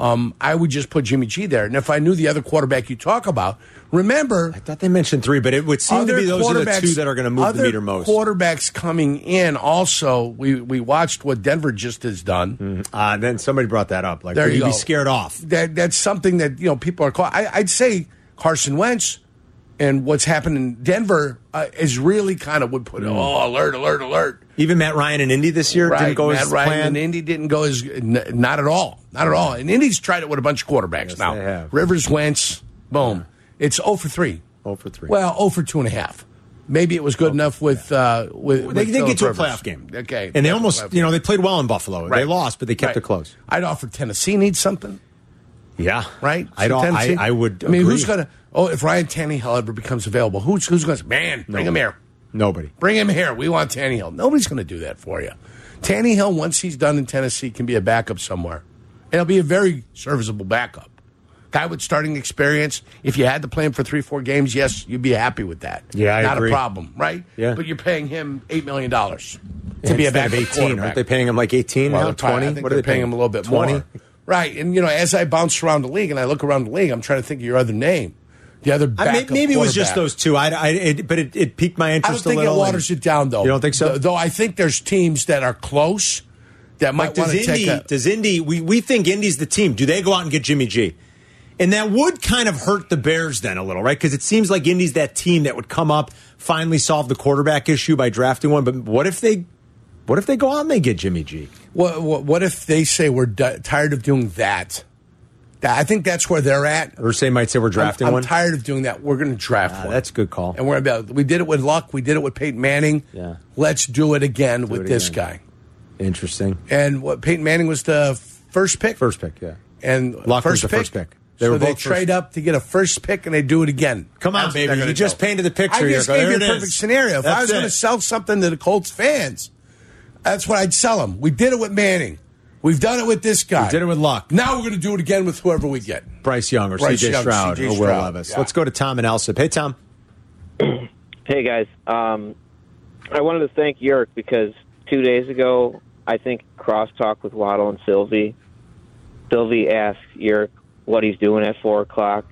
Speaker 3: Um, I would just put Jimmy G there. And if I knew the other quarterback you talk about, remember,
Speaker 2: I thought they mentioned three, but it would seem to
Speaker 3: other
Speaker 2: be those are the
Speaker 3: quarterbacks-
Speaker 2: two that are going to move the
Speaker 3: other
Speaker 2: meter most.
Speaker 3: Quarterbacks coming in also. We we watched what Denver just has done.
Speaker 2: Uh, then somebody brought that up. Like,
Speaker 3: There
Speaker 2: would
Speaker 3: you
Speaker 2: he be
Speaker 3: go.
Speaker 2: scared off?
Speaker 3: That that's something that you know people are. Call- I, I'd say Carson Wentz and what's happened in Denver uh, is really kind of would put oh alert alert alert.
Speaker 2: Even Matt Ryan in Indy this year Mm. didn't go
Speaker 3: Matt
Speaker 2: as
Speaker 3: Ryan
Speaker 2: planned.
Speaker 3: and Indy didn't go as n- not at all, not at all. And Indy's tried it with a bunch of quarterbacks
Speaker 2: Yes,
Speaker 3: now.
Speaker 2: they have.
Speaker 3: Rivers, Wentz, boom. It's zero for three.
Speaker 2: 0 for three. Oh,
Speaker 3: Well, zero for two and a half. Maybe it was good enough with uh, with.
Speaker 2: they
Speaker 3: with
Speaker 2: they
Speaker 3: Phillip
Speaker 2: get to a
Speaker 3: Rivers.
Speaker 2: playoff game.
Speaker 3: okay?
Speaker 2: and they
Speaker 3: Yeah,
Speaker 2: almost,
Speaker 3: playoff
Speaker 2: you know,
Speaker 3: game.
Speaker 2: they played well in Buffalo. They
Speaker 3: Right.
Speaker 2: lost, but they kept
Speaker 3: Right.
Speaker 2: it close.
Speaker 3: I'd offer Tennessee needs something.
Speaker 2: Yeah,
Speaker 3: right?
Speaker 2: I don't. I,
Speaker 3: Tennessee?
Speaker 2: I would.
Speaker 3: I mean,
Speaker 2: agree.
Speaker 3: who's gonna? Oh, if Ryan Tannehill ever becomes available, who's who's gonna? say, Man, bring him here.
Speaker 2: Nobody.
Speaker 3: Bring him here. We want Tannehill. Nobody's gonna do that for you. Tannehill, once he's done in Tennessee, can be a backup somewhere. It'll be a very serviceable backup. Guy with starting experience. If you had to play him for three, four games, yes, you'd be happy with that.
Speaker 2: Yeah, I
Speaker 3: not
Speaker 2: agree.
Speaker 3: a problem, right?
Speaker 2: Yeah.
Speaker 3: But you're paying him eight million dollars to
Speaker 2: Instead
Speaker 3: be a backup
Speaker 2: of eighteen,
Speaker 3: quarterback.
Speaker 2: aren't they paying him like eighteen
Speaker 3: Well,
Speaker 2: now?
Speaker 3: they're probably- I
Speaker 2: Twenty?
Speaker 3: think
Speaker 2: What are
Speaker 3: they're
Speaker 2: they
Speaker 3: paying him a little bit
Speaker 2: Twenty.
Speaker 3: more. Right, and you know, as I bounce around the league and I look around the league, I'm trying to think of your other name, the other
Speaker 2: I
Speaker 3: backup.
Speaker 2: may, maybe it was just
Speaker 3: quarterback.
Speaker 2: those two. I, I it, but it, it piqued my
Speaker 3: I
Speaker 2: interest
Speaker 3: don't think
Speaker 2: a
Speaker 3: it
Speaker 2: little. and-
Speaker 3: waters it down, though.
Speaker 2: You don't think so?
Speaker 3: Th- Though I think there's teams that are close that might
Speaker 2: Like,
Speaker 3: want
Speaker 2: does
Speaker 3: to
Speaker 2: Indy?
Speaker 3: take a.
Speaker 2: does Indy? We we think Indy's the team. Do they go out and get Jimmy G? And that would kind of hurt the Bears then a little, right? Because it seems like Indy's that team that would come up, finally solve the quarterback issue by drafting one. But what if they, what if they go out and they get Jimmy G?
Speaker 3: What, what, what if they say we're di- tired of doing that? That- I think that's where they're at.
Speaker 2: Or say might say we're drafting
Speaker 3: I'm, I'm
Speaker 2: one.
Speaker 3: tired of doing that. We're going to draft
Speaker 2: Ah,
Speaker 3: one.
Speaker 2: that's a good call.
Speaker 3: And we're about. We did it with Luck. We did it with Peyton Manning.
Speaker 2: Yeah.
Speaker 3: Let's do it again with
Speaker 2: it
Speaker 3: this
Speaker 2: again.
Speaker 3: guy.
Speaker 2: Interesting.
Speaker 3: And what Peyton Manning was the first pick.
Speaker 2: First pick, yeah.
Speaker 3: and
Speaker 2: Luck was
Speaker 3: first
Speaker 2: the
Speaker 3: pick.
Speaker 2: first pick. They
Speaker 3: so
Speaker 2: were
Speaker 3: they
Speaker 2: both
Speaker 3: trade
Speaker 2: first.
Speaker 3: up to get a first pick, and they do it again.
Speaker 2: Come on,
Speaker 3: That's what
Speaker 2: baby.
Speaker 3: they're gonna
Speaker 2: You just
Speaker 3: do.
Speaker 2: painted the picture,
Speaker 3: I just
Speaker 2: Yurko.
Speaker 3: gave
Speaker 2: There
Speaker 3: you a
Speaker 2: it
Speaker 3: perfect
Speaker 2: is.
Speaker 3: scenario. If
Speaker 2: That's
Speaker 3: I was going
Speaker 2: it.
Speaker 3: to sell something to the Colts fans, that's what I'd sell them. We did it with Manning. We've done it with this guy.
Speaker 2: We did it with Luck.
Speaker 3: Now we're going to do it again with whoever we get.
Speaker 2: Bryce Young or
Speaker 3: Bryce
Speaker 2: CJ
Speaker 3: Young,
Speaker 2: Stroud
Speaker 3: C.J.
Speaker 2: or Will
Speaker 3: Stroud,
Speaker 2: Levis.
Speaker 3: yeah.
Speaker 2: Let's go to Tom and Elsip. Hey, Tom.
Speaker 7: Hey guys, um, I wanted to thank Yerk because two days ago, I think crosstalk with Waddle and Sylvie. Sylvie asked Yerk what he's doing at four o'clock,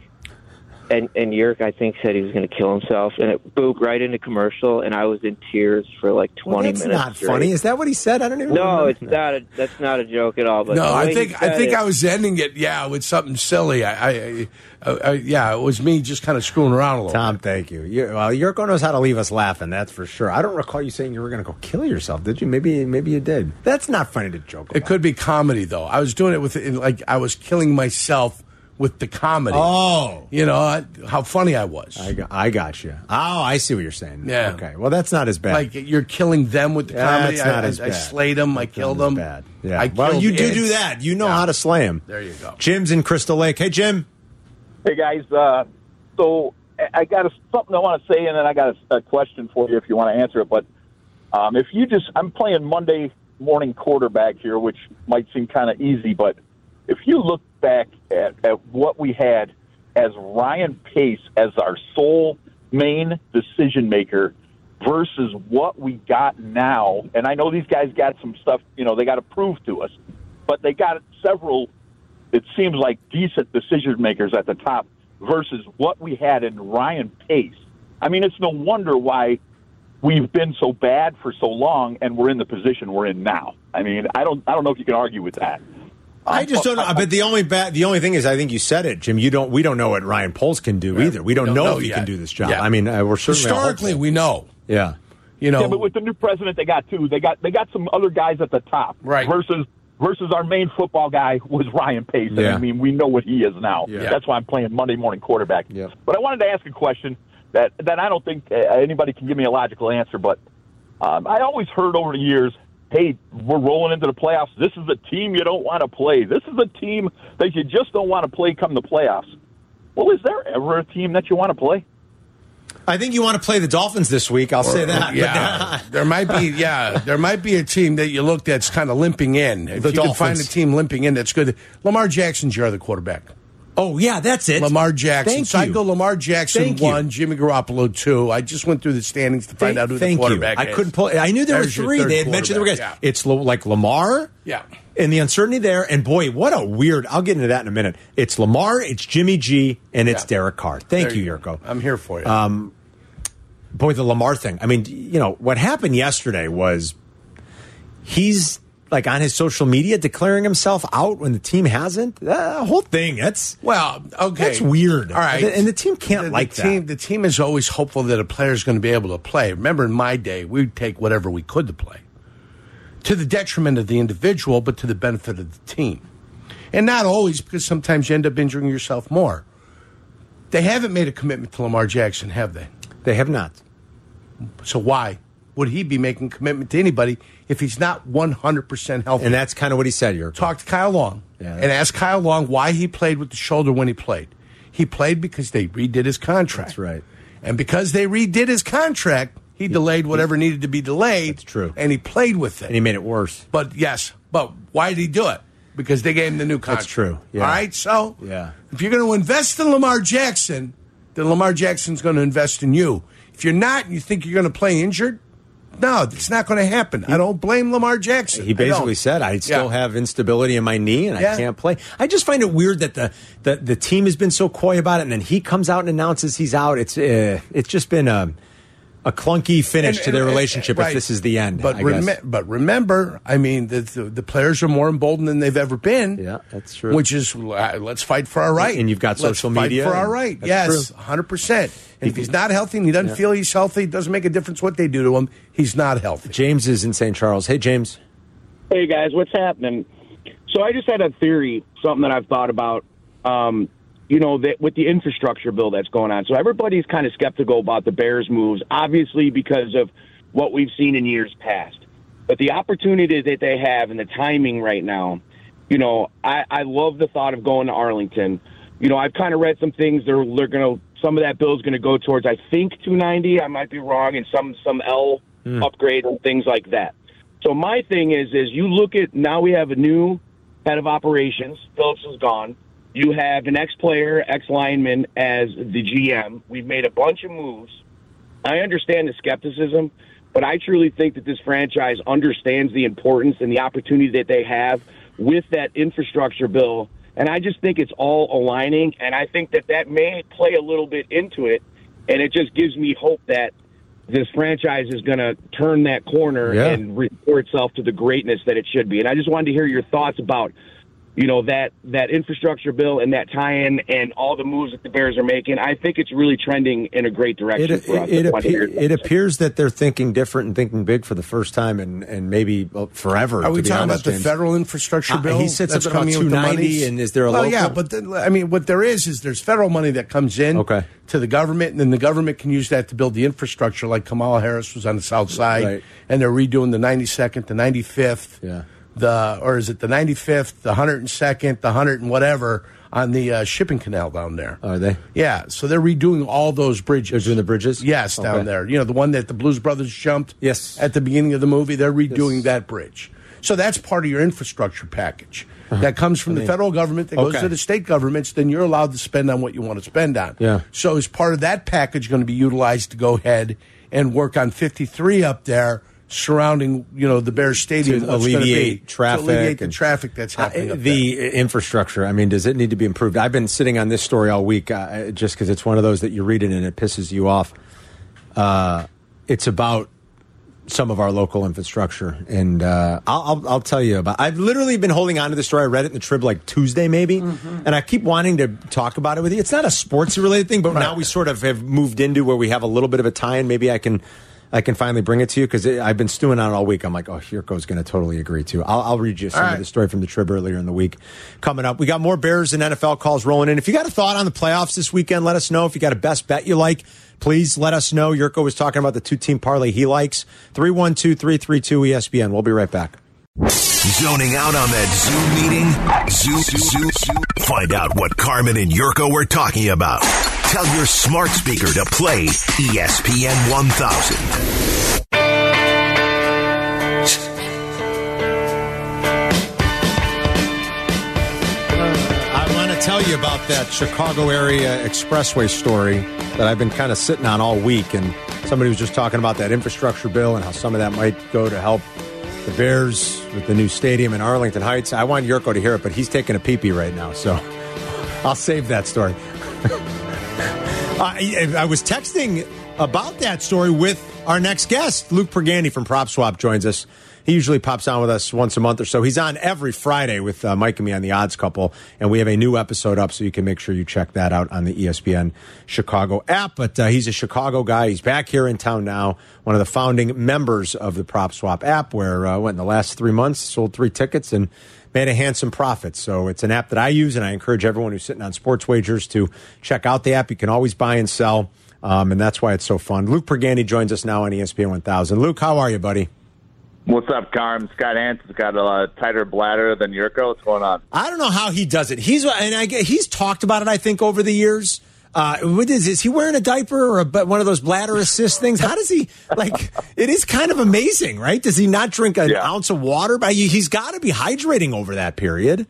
Speaker 7: and and Yerk I think said he was going to kill himself, and it booped right into commercial, and I was in tears for like
Speaker 2: Well,
Speaker 7: twenty
Speaker 2: that's
Speaker 7: minutes.
Speaker 2: not
Speaker 7: straight.
Speaker 2: funny. Is that what he said? I don't even
Speaker 7: no,
Speaker 2: remember.
Speaker 7: it's not. A, that's not a joke at all. But
Speaker 3: No,
Speaker 7: the way
Speaker 3: I
Speaker 7: he
Speaker 3: think I
Speaker 7: said
Speaker 3: think
Speaker 7: it-
Speaker 3: I was ending it. Yeah, with something silly. I, I, I, I yeah, it was me just kind of screwing around a little.
Speaker 2: Tom, thank you. you well, Yurko knows how to leave us laughing, that's for sure. I don't recall you saying you were going to go kill yourself, did you? Maybe maybe you did. That's not funny to joke
Speaker 3: It
Speaker 2: about.
Speaker 3: could be comedy though. I was doing it with in, like I was killing myself with the comedy.
Speaker 2: Oh.
Speaker 3: you know I, how funny I was.
Speaker 2: I got, I got you. Oh, I see what you're saying.
Speaker 3: Yeah.
Speaker 2: Okay. Well, that's not as bad.
Speaker 3: like you're killing them with the
Speaker 2: Yeah,
Speaker 3: comedy.
Speaker 2: that's not
Speaker 3: I,
Speaker 2: as
Speaker 3: I, I
Speaker 2: bad.
Speaker 3: slayed them. I killed
Speaker 2: Not as
Speaker 3: them.
Speaker 2: Bad. Yeah.
Speaker 3: um, I
Speaker 2: well,
Speaker 3: killed
Speaker 2: you do
Speaker 3: it.
Speaker 2: do that. You know
Speaker 3: Yeah.
Speaker 2: how to slay him.
Speaker 3: There you go.
Speaker 2: Jim's in Crystal Lake. Hey, Jim.
Speaker 8: Hey guys, uh, so I- I got a, something I want to say, and then I got a, a question for you if you want to answer it. But um, if you just, I'm playing Monday morning quarterback here, which might seem kind of easy, but if you look back at, at what we had as Ryan Pace as our sole main decision maker versus what we got now, and I know these guys got some stuff, you know, they got to prove to us, but they got several it seems like decent decision makers at the top versus what we had in Ryan Pace. I mean, it's no wonder why we've been so bad for so long and we're in the position we're in now. I mean, I don't I don't know if you can argue with that.
Speaker 2: I just don't. know. But the only ba- the only thing is, I think you said it, Jim. You don't. We don't know what Ryan Poles can do either. We don't,
Speaker 3: Don't
Speaker 2: know,
Speaker 3: know
Speaker 2: if he
Speaker 3: yet.
Speaker 2: can do this job.
Speaker 3: Yeah.
Speaker 2: I mean, uh, we're certainly
Speaker 3: Historically,
Speaker 2: hopeful.
Speaker 3: we know.
Speaker 2: yeah.
Speaker 3: You know,
Speaker 8: Yeah, but with the new president they got too, they got they got some other guys at the top
Speaker 3: Right.
Speaker 8: versus versus our main football guy was Ryan Pace. And
Speaker 2: Yeah.
Speaker 8: I mean, we know what he is now.
Speaker 2: Yeah.
Speaker 8: That's why I'm playing Monday morning quarterback.
Speaker 2: Yep.
Speaker 8: But I wanted to ask a question that that I don't think uh, anybody can give me a logical answer. But um, I always heard over the years, "Hey, we're rolling into the playoffs. This is a team you don't want to play. This is a team that you just don't want to play come the playoffs." Well, is there ever a team that you want to play?
Speaker 2: I think you want to play the Dolphins this week. I'll say that.
Speaker 3: Yeah, there might be. Yeah, there might be a team that you look that's kind of limping in. If
Speaker 2: The
Speaker 3: you can find a
Speaker 2: Dolphins.
Speaker 3: team limping in, that's good. Lamar Jackson's your other quarterback.
Speaker 2: oh, yeah, that's it.
Speaker 3: Lamar Jackson.
Speaker 2: Thank
Speaker 3: so I
Speaker 2: you.
Speaker 3: go Lamar Jackson
Speaker 2: Thank you.
Speaker 3: one, Jimmy Garoppolo two. I just went through the standings to find
Speaker 2: Thank-
Speaker 3: out who the
Speaker 2: thank
Speaker 3: quarterback
Speaker 2: you.
Speaker 3: is.
Speaker 2: I couldn't pull. I knew there
Speaker 3: There's
Speaker 2: were
Speaker 3: your
Speaker 2: three.
Speaker 3: third
Speaker 2: They had mentioned there were guys.
Speaker 3: quarterback,
Speaker 2: It's lo- like Lamar.
Speaker 3: Yeah.
Speaker 2: And the uncertainty there, and boy, what a weird! I'll get into that in a minute. It's Lamar, it's Jimmy G, and it's
Speaker 3: Yeah.
Speaker 2: Derek Carr. Thank
Speaker 3: There
Speaker 2: you,
Speaker 3: go.
Speaker 2: Yurko. Um,
Speaker 3: I'm here for you.
Speaker 2: boy, the Lamar thing. I mean, you know what happened yesterday was he's like on his social media declaring himself out when the team hasn't. That whole thing. That's
Speaker 3: well, okay,
Speaker 2: That's weird.
Speaker 3: All right,
Speaker 2: And the team can't
Speaker 3: the,
Speaker 2: like
Speaker 3: the
Speaker 2: that.
Speaker 3: team. The team is always hopeful that a player is going to be able to play. Remember, in my day, we'd take whatever we could to play, to the detriment of the individual, but to the benefit of the team, and not always because sometimes you end up injuring yourself more. They haven't made a commitment to Lamar Jackson, have they?
Speaker 2: they have not.
Speaker 3: So why would he be making commitment to anybody if he's not 100% healthy?
Speaker 2: And that's kind of what he said, Yurko.
Speaker 3: talk to Kyle Long
Speaker 2: Yeah.
Speaker 3: and ask Kyle Long why he played with the shoulder when he played. He played because they redid his contract.
Speaker 2: That's right.
Speaker 3: And because they redid his contract, he delayed whatever needed to be delayed.
Speaker 2: That's true.
Speaker 3: And he played with it.
Speaker 2: and he made it worse.
Speaker 3: but yes, but why did he do it? Because they gave him the new contract.
Speaker 2: true, yeah.
Speaker 3: All right. So
Speaker 2: Yeah.
Speaker 3: if you're going to invest in Lamar Jackson, then Lamar Jackson's going to invest in you. If you're not and you think you're going to play injured, no, it's not going to happen. I don't blame Lamar Jackson.
Speaker 2: He
Speaker 3: I don't.
Speaker 2: basically said, "I still
Speaker 3: Yeah.
Speaker 2: have instability in my knee, and I
Speaker 3: Yeah.
Speaker 2: can't play." I just find it weird that the, the the team has been so coy about it, and then he comes out and announces he's out. It's uh, it's just been a a clunky finish
Speaker 3: And-
Speaker 2: to their
Speaker 3: and-
Speaker 2: relationship.
Speaker 3: right.
Speaker 2: If this is the end,
Speaker 3: but
Speaker 2: I guess.
Speaker 3: remem- but remember, I mean, the, the the players are more emboldened than they've ever been.
Speaker 2: Yeah, that's true.
Speaker 3: Which is uh, let's fight for our right.
Speaker 2: And you've got
Speaker 3: Let's
Speaker 2: social
Speaker 3: fight
Speaker 2: media
Speaker 3: for our
Speaker 2: and-
Speaker 3: right.
Speaker 2: that's
Speaker 3: Yes,
Speaker 2: true.
Speaker 3: hundred percent. And if he's not healthy and he doesn't feel he's healthy, it doesn't make a difference what they do to him. He's not healthy.
Speaker 2: James is in St. Charles. Hey, James.
Speaker 9: Hey guys, what's happening? So I just had a theory, something that I've thought about. Um, you know, that with the infrastructure bill that's going on, so everybody's kind of skeptical about the Bears' moves, obviously because of what we've seen in years past. But the opportunity that they have and the timing right now, you know, I, I love the thought of going to Arlington. You know, I've kind of read some things. They're they're gonna some of that bill's gonna go towards I think 290. I might be wrong, and some some L upgrade and things like that. So my thing is, is you look at now we have a new head of operations. Phillips is gone. You have an ex-player, ex-lineman as the GM. We've made a bunch of moves. I understand the skepticism, but I truly think that this franchise understands the importance and the opportunity that they have with that infrastructure bill. And I just think it's all aligning, and I think that that may play a little bit into it. And it just gives me hope that this franchise is going to turn that corner
Speaker 2: Yeah.
Speaker 9: and restore itself to the greatness that it should be. And I just wanted to hear your thoughts about, you know, that that infrastructure bill and that tie-in and all the moves that the Bears are making. I think it's really trending in a great
Speaker 2: It
Speaker 9: direction
Speaker 2: it,
Speaker 9: for us.
Speaker 2: it,
Speaker 9: That's why I hear
Speaker 2: appear,
Speaker 9: your
Speaker 2: it
Speaker 9: thoughts.
Speaker 2: appears that they're thinking different and thinking big for the first time, and and maybe well, forever.
Speaker 3: Are we
Speaker 2: to be
Speaker 3: talking
Speaker 2: honest,
Speaker 3: about the
Speaker 2: James.
Speaker 3: federal infrastructure
Speaker 2: Uh,
Speaker 3: bill?
Speaker 2: he said
Speaker 3: that's
Speaker 2: something about
Speaker 3: coming in with the
Speaker 2: 290,
Speaker 3: monies?
Speaker 2: and is there a
Speaker 3: well,
Speaker 2: local?
Speaker 3: Yeah, but then, I mean, what there is is there's federal money that comes in
Speaker 2: Okay.
Speaker 3: to the government, and then the government can use that to build the infrastructure. Like Kamala Harris was on the South Side,
Speaker 2: Right.
Speaker 3: and they're redoing the 92nd, the 95th,
Speaker 2: Yeah.
Speaker 3: the or is it the 95th, the 102nd, the 100 and whatever on the uh, shipping canal down there.
Speaker 2: Are they?
Speaker 3: Yeah, so they're redoing all those bridges.
Speaker 2: They're doing the bridges?
Speaker 3: Yes, down
Speaker 2: Okay.
Speaker 3: there. You know, the one that the Blues Brothers jumped.
Speaker 2: Yes.
Speaker 3: At the beginning of the movie, they're redoing
Speaker 2: Yes.
Speaker 3: that bridge. So that's part of your infrastructure package that comes from the federal government that
Speaker 2: Uh-huh. Okay.
Speaker 3: goes to the state governments. Then you're allowed to spend on what you want to spend on.
Speaker 2: Yeah.
Speaker 3: So is part of that package going to be utilized to go ahead and work on 53 up there? Surrounding, you know, the Bear Stadium,
Speaker 2: to
Speaker 3: what's gonna
Speaker 2: alleviate
Speaker 3: be,
Speaker 2: traffic,
Speaker 3: to alleviate the
Speaker 2: and-
Speaker 3: traffic that's
Speaker 2: Uh,
Speaker 3: happening. up there.
Speaker 2: the infrastructure. I mean, does it need to be improved? I've been sitting on this story all week, uh, just because it's one of those that you read it and it pisses you off. Uh, it's about some of our local infrastructure, and uh, I'll, I'll, I'll tell you about. I've literally been holding on to this story. I read it in the Trib like Tuesday, maybe,
Speaker 3: Mm-hmm.
Speaker 2: and I keep wanting to talk about it with you. It's not a sports related thing, but now we sort of have moved into where we have a little bit of a tie, in. maybe I can I can finally bring it to you because I've been stewing on it all week. I'm like, oh, Yurko's going to totally agree to. I'll, I'll read you some
Speaker 3: All
Speaker 2: of
Speaker 3: right.
Speaker 2: the story from the Trib earlier in the week. Coming up, we got more Bears and NFL calls rolling in. If you got a thought on the playoffs this weekend, let us know. If you got a best bet you like, please let us know. Yurko was talking about the two team parlay he likes. 312 332 ESPN. We'll be right back.
Speaker 6: Zoning out on that Zoom meeting? Zoo, zoo, zoo. Find out what Carmen and Yurko were talking about. Tell your smart speaker to play E ESPN 1000.
Speaker 2: I want to tell you about that Chicago area expressway story that I've been kind of sitting on all week. And somebody was just talking about that infrastructure bill and how some of that might go to help the Bears with the new stadium in Arlington Heights. I want Yurko to hear it, but he's taking a pee pee right now. So I'll save that story. I, I was texting about that story with our next guest, Luke Pergani from Prop Swap, joins us. He usually pops on with us once a month or so. He's on every Friday with uh, Mike and me on the Odds Couple, and we have a new episode up, so you can make sure you check that out on the E ESPN Chicago app. But uh, he's a Chicago guy. He's back here in town now. One of the founding members of the Prop Swap app, where uh, what in the last three months sold three tickets and made a handsome profit. So it's an app that I use, and I encourage everyone who's sitting on sports wagers to check out the app. You can always buy and sell, um, and that's why it's so fun. Luke Pergani joins us now on E ESPN 1000. Luke, how are you, buddy?
Speaker 8: What's up, Carm? Scott Hansen's got a lot tighter bladder than Yurko. What's going on?
Speaker 2: I don't know how he does it. He's and I, get- he's talked about it. I think over the years. Uh, what is is he wearing a diaper or a, but one of those bladder assist things? How does he like? It is kind of amazing, right? Does he not drink an
Speaker 8: Yeah.
Speaker 2: ounce of water? But he- he's got to be hydrating over that period.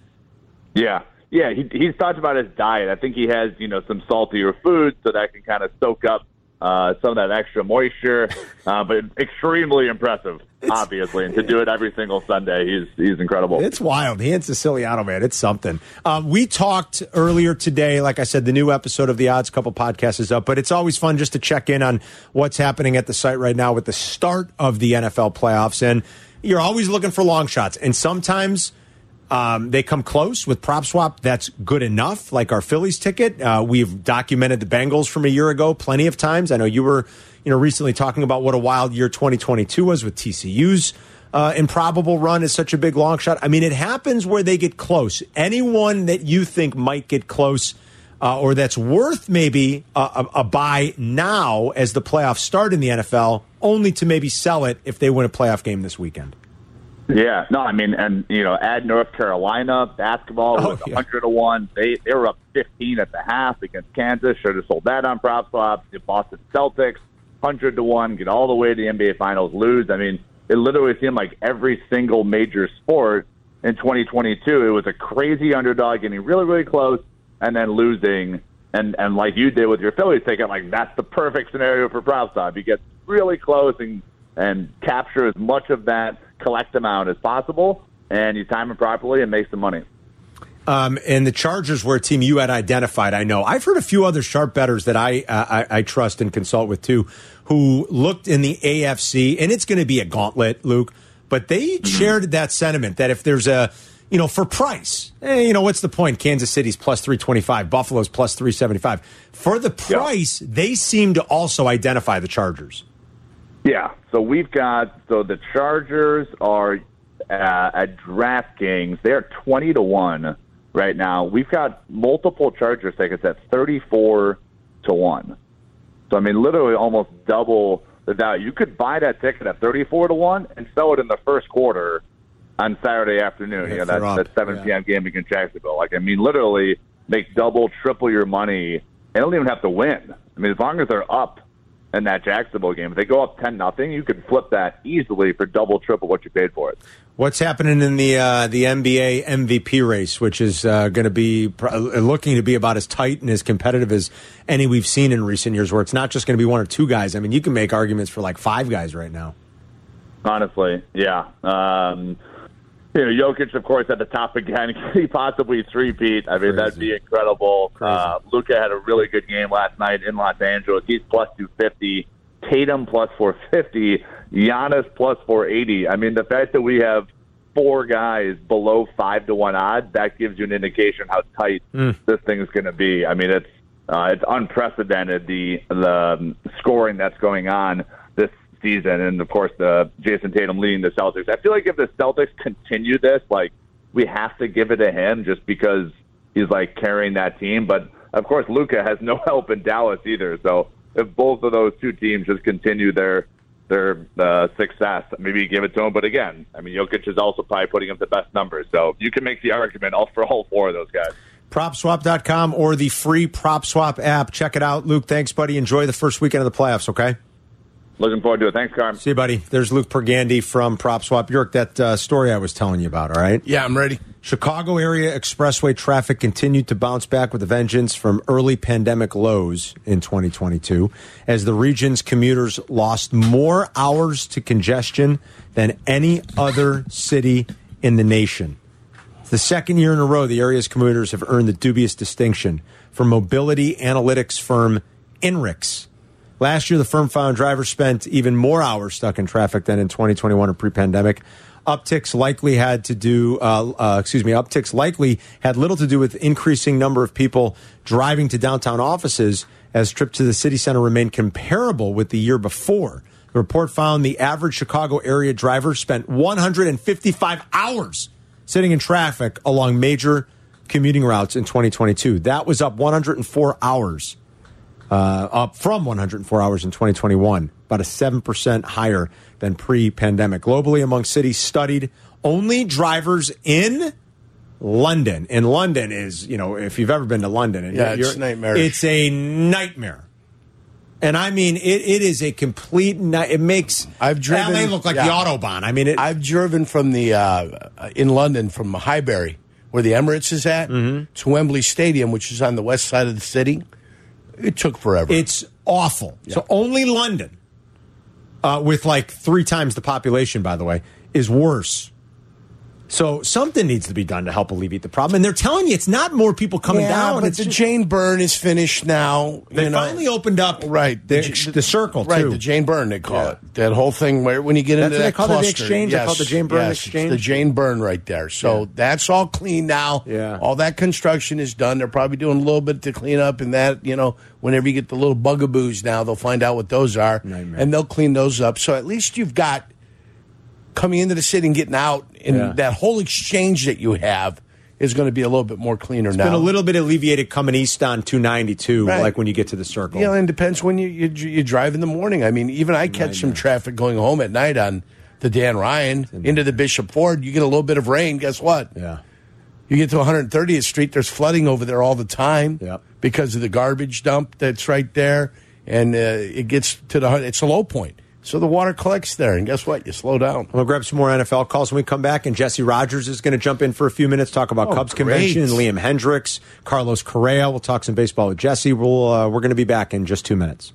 Speaker 8: Yeah, yeah. He, he's talked about his diet. I think he has you know some saltier food so that can kind of soak up uh, some of that extra moisture. Uh, but extremely impressive, obviously, and to do it every single Sunday, he's he's incredible.
Speaker 2: It's wild. He and Siciliano, man. It's something. Um, we talked earlier today. Like I said, the new episode of the Odds Couple podcast is up, but it's always fun just to check in on what's happening at the site right now with the start of the NFL playoffs. And you're always looking for long shots. And sometimes um, they come close with prop swap. That's good enough. Like our Phillies ticket, uh, we've documented the Bengals from a year ago plenty of times. I know you were, you know, recently talking about what a wild year 2022 was with TCU's uh, improbable run is such a big long shot. I mean, it happens where they get close. Anyone that you think might get close uh, or that's worth maybe a, a, a buy now as the playoffs start in the NFL, only to maybe sell it if they win a playoff game this weekend.
Speaker 8: Yeah, no, I mean, and you know, add North Carolina basketball
Speaker 2: Oh,
Speaker 8: was
Speaker 2: yeah.
Speaker 8: 100 to one. They they were up 15 at the half against Kansas. Should have sold that on prop swaps. The Boston Celtics 100 to one. Get all the way to the NBA Finals. Lose. I mean, it literally seemed like every single major sport in 2022. It was a crazy underdog getting really really close and then losing. And and like you did with your Phillies ticket, like that's the perfect scenario for prop swap. You get really close and and capture as much of that collect amount as possible, and you time it properly and make some money.
Speaker 2: Um, and the Chargers were a team you had identified. I know. I've heard a few other sharp betters that I uh, I, I trust and consult with too, who looked in the AFC, and it's going to be a gauntlet, Luke. But they shared that sentiment that if there's a you know for price, eh, you know what's the point? Kansas City's plus three twenty five, Buffalo's plus three seventy five. For the price, they seem to also identify the Chargers.
Speaker 8: Yeah. So we've got so the Chargers are uh, at DraftKings. They're twenty to one right now. We've got multiple Chargers tickets at thirty four to one. So I mean, literally almost double the value. You could buy that ticket at thirty four to one and sell it in the first quarter on Saturday afternoon.
Speaker 2: Yeah,
Speaker 8: you
Speaker 2: if
Speaker 8: know
Speaker 2: they're
Speaker 8: that,
Speaker 2: up,
Speaker 8: that seven
Speaker 2: yeah.
Speaker 8: p.m. game against Jacksonville. Like I mean, literally make double, triple your money. and don't even have to win. I mean, as long as they're up in that Jacksonville game, if they go up ten nothing, you could flip that easily for double, triple what you paid for it.
Speaker 2: What's happening in the uh, the NBA MVP race, which is uh, going to be pr- looking to be about as tight and as competitive as any we've seen in recent years, where it's not just going to be one or two guys. I mean, you can make arguments for like five guys right now.
Speaker 8: Honestly, yeah. Um, you know, Jokic, of course, at the top again. Can he possibly three-peat? I mean, that'd be incredible. Uh, Luca had a really good game last night in Los Angeles. He's plus 250. Tatum plus 450. Giannis plus 480. I mean, the fact that we have four guys below 5 to 1 odds, that gives you an indication how tight this thing is going to be. I mean, it's uh, it's unprecedented, the, the um, scoring that's going on this season, and of course the Jason Tatum leading the Celtics. I feel like if the Celtics continue this, like we have to give it to him just because he's like carrying that team. But of course, Luca has no help in Dallas either. So if both of those two teams just continue their their uh, success, maybe give it to him. But again, I mean, Jokic is also probably putting up the best numbers. So you can make the argument all for all four of those guys.
Speaker 2: PropSwap.com or the free PropSwap app. Check it out. Luke, thanks, buddy. Enjoy the first weekend of the playoffs, okay?
Speaker 8: Looking forward to it. Thanks, Carm.
Speaker 2: See you, buddy. There's Luke Pergandy from PropSwap. York, that uh, story I was telling you about, all right?
Speaker 3: Yeah, I'm ready.
Speaker 2: Chicago area expressway traffic continued to bounce back with a vengeance from early pandemic lows in 2022 as the region's commuters lost more hours to congestion than any other city in the nation. It's the second year in a row the area's commuters have earned the dubious distinction from mobility analytics firm Inrix. Last year, the firm found drivers spent even more hours stuck in traffic than in 2021 or pre-pandemic. Upticks likely had to do, uh, uh, excuse me, upticks likely had little to do with increasing number of people driving to downtown offices as trips to the city center remained comparable with the year before. The report found the average Chicago area driver spent 155 hours sitting in traffic along major commuting routes in 2022. That was up 104 hours uh, up from 104 hours in 2021, about a 7% higher than pre pandemic. Globally, among cities studied, only drivers in London. And London is, you know, if you've ever been to London, and
Speaker 3: Yeah,
Speaker 2: you're-
Speaker 3: it's nightmarish.
Speaker 2: It's a nightmare. And I mean, it, it is a complete night. It makes
Speaker 3: I've driven-
Speaker 2: LA look like
Speaker 3: yeah.
Speaker 2: the Autobahn. I mean, it,
Speaker 3: I've driven from the uh, in London from Highbury, where the Emirates is at,
Speaker 2: Mm-hmm.
Speaker 3: to Wembley Stadium, which is on the west side of the city. It took forever.
Speaker 2: It's awful. So only London, uh, with like three times the population, by the way, is worse. So something needs to be done to help alleviate the problem. And they're telling you it's not more people coming
Speaker 3: Yeah,
Speaker 2: down.
Speaker 3: But
Speaker 2: it's
Speaker 3: the
Speaker 2: just-
Speaker 3: Jane Byrne is finished now.
Speaker 2: they
Speaker 3: you know.
Speaker 2: finally opened up
Speaker 3: right
Speaker 2: the,
Speaker 3: J-
Speaker 2: the circle
Speaker 3: right
Speaker 2: too.
Speaker 3: the Jane Byrne they call
Speaker 2: Yeah.
Speaker 3: it that whole thing where when you get
Speaker 2: That's
Speaker 3: into
Speaker 2: what they
Speaker 3: that
Speaker 2: call it, the
Speaker 3: cluster,
Speaker 2: exchange? They call it the Jane Byrne
Speaker 3: yes, it's
Speaker 2: exchange?
Speaker 3: the Jane Byrne right there. So that's all clean now.
Speaker 2: Yeah.
Speaker 3: all that construction is done. They're probably doing a little bit to clean up and that you know whenever you get the little bugaboos now they'll find out what those are
Speaker 2: Nightmare.
Speaker 3: and they'll clean those up. So at least you've got coming into the city and getting out and
Speaker 2: Yeah.
Speaker 3: that whole exchange that you have is going to be a little bit more cleaner now.
Speaker 2: Been a little bit alleviated coming east on 292,
Speaker 3: Right.
Speaker 2: like when you get to the circle.
Speaker 3: Yeah, and it depends when you, you you drive in the morning. I mean, even I catch some traffic going home at night on the Dan Ryan into the Bishop Ford. You get a little bit of rain. Guess what?
Speaker 2: yeah.
Speaker 3: You get to 130th Street. There's flooding over there all the time
Speaker 2: Yep.
Speaker 3: because of the garbage dump that's right there, and uh, it gets to the hun- it's a low point. So the water collects there, and guess what? You slow down.
Speaker 2: We'll grab some more NFL calls when we come back, and Jesse Rogers is going to jump in for a few minutes, talk about
Speaker 3: Oh,
Speaker 2: Cubs
Speaker 3: great.
Speaker 2: convention and Liam Hendricks, Carlos Correa. We'll talk some baseball with Jesse. We'll, uh, we're going to be back in just two minutes.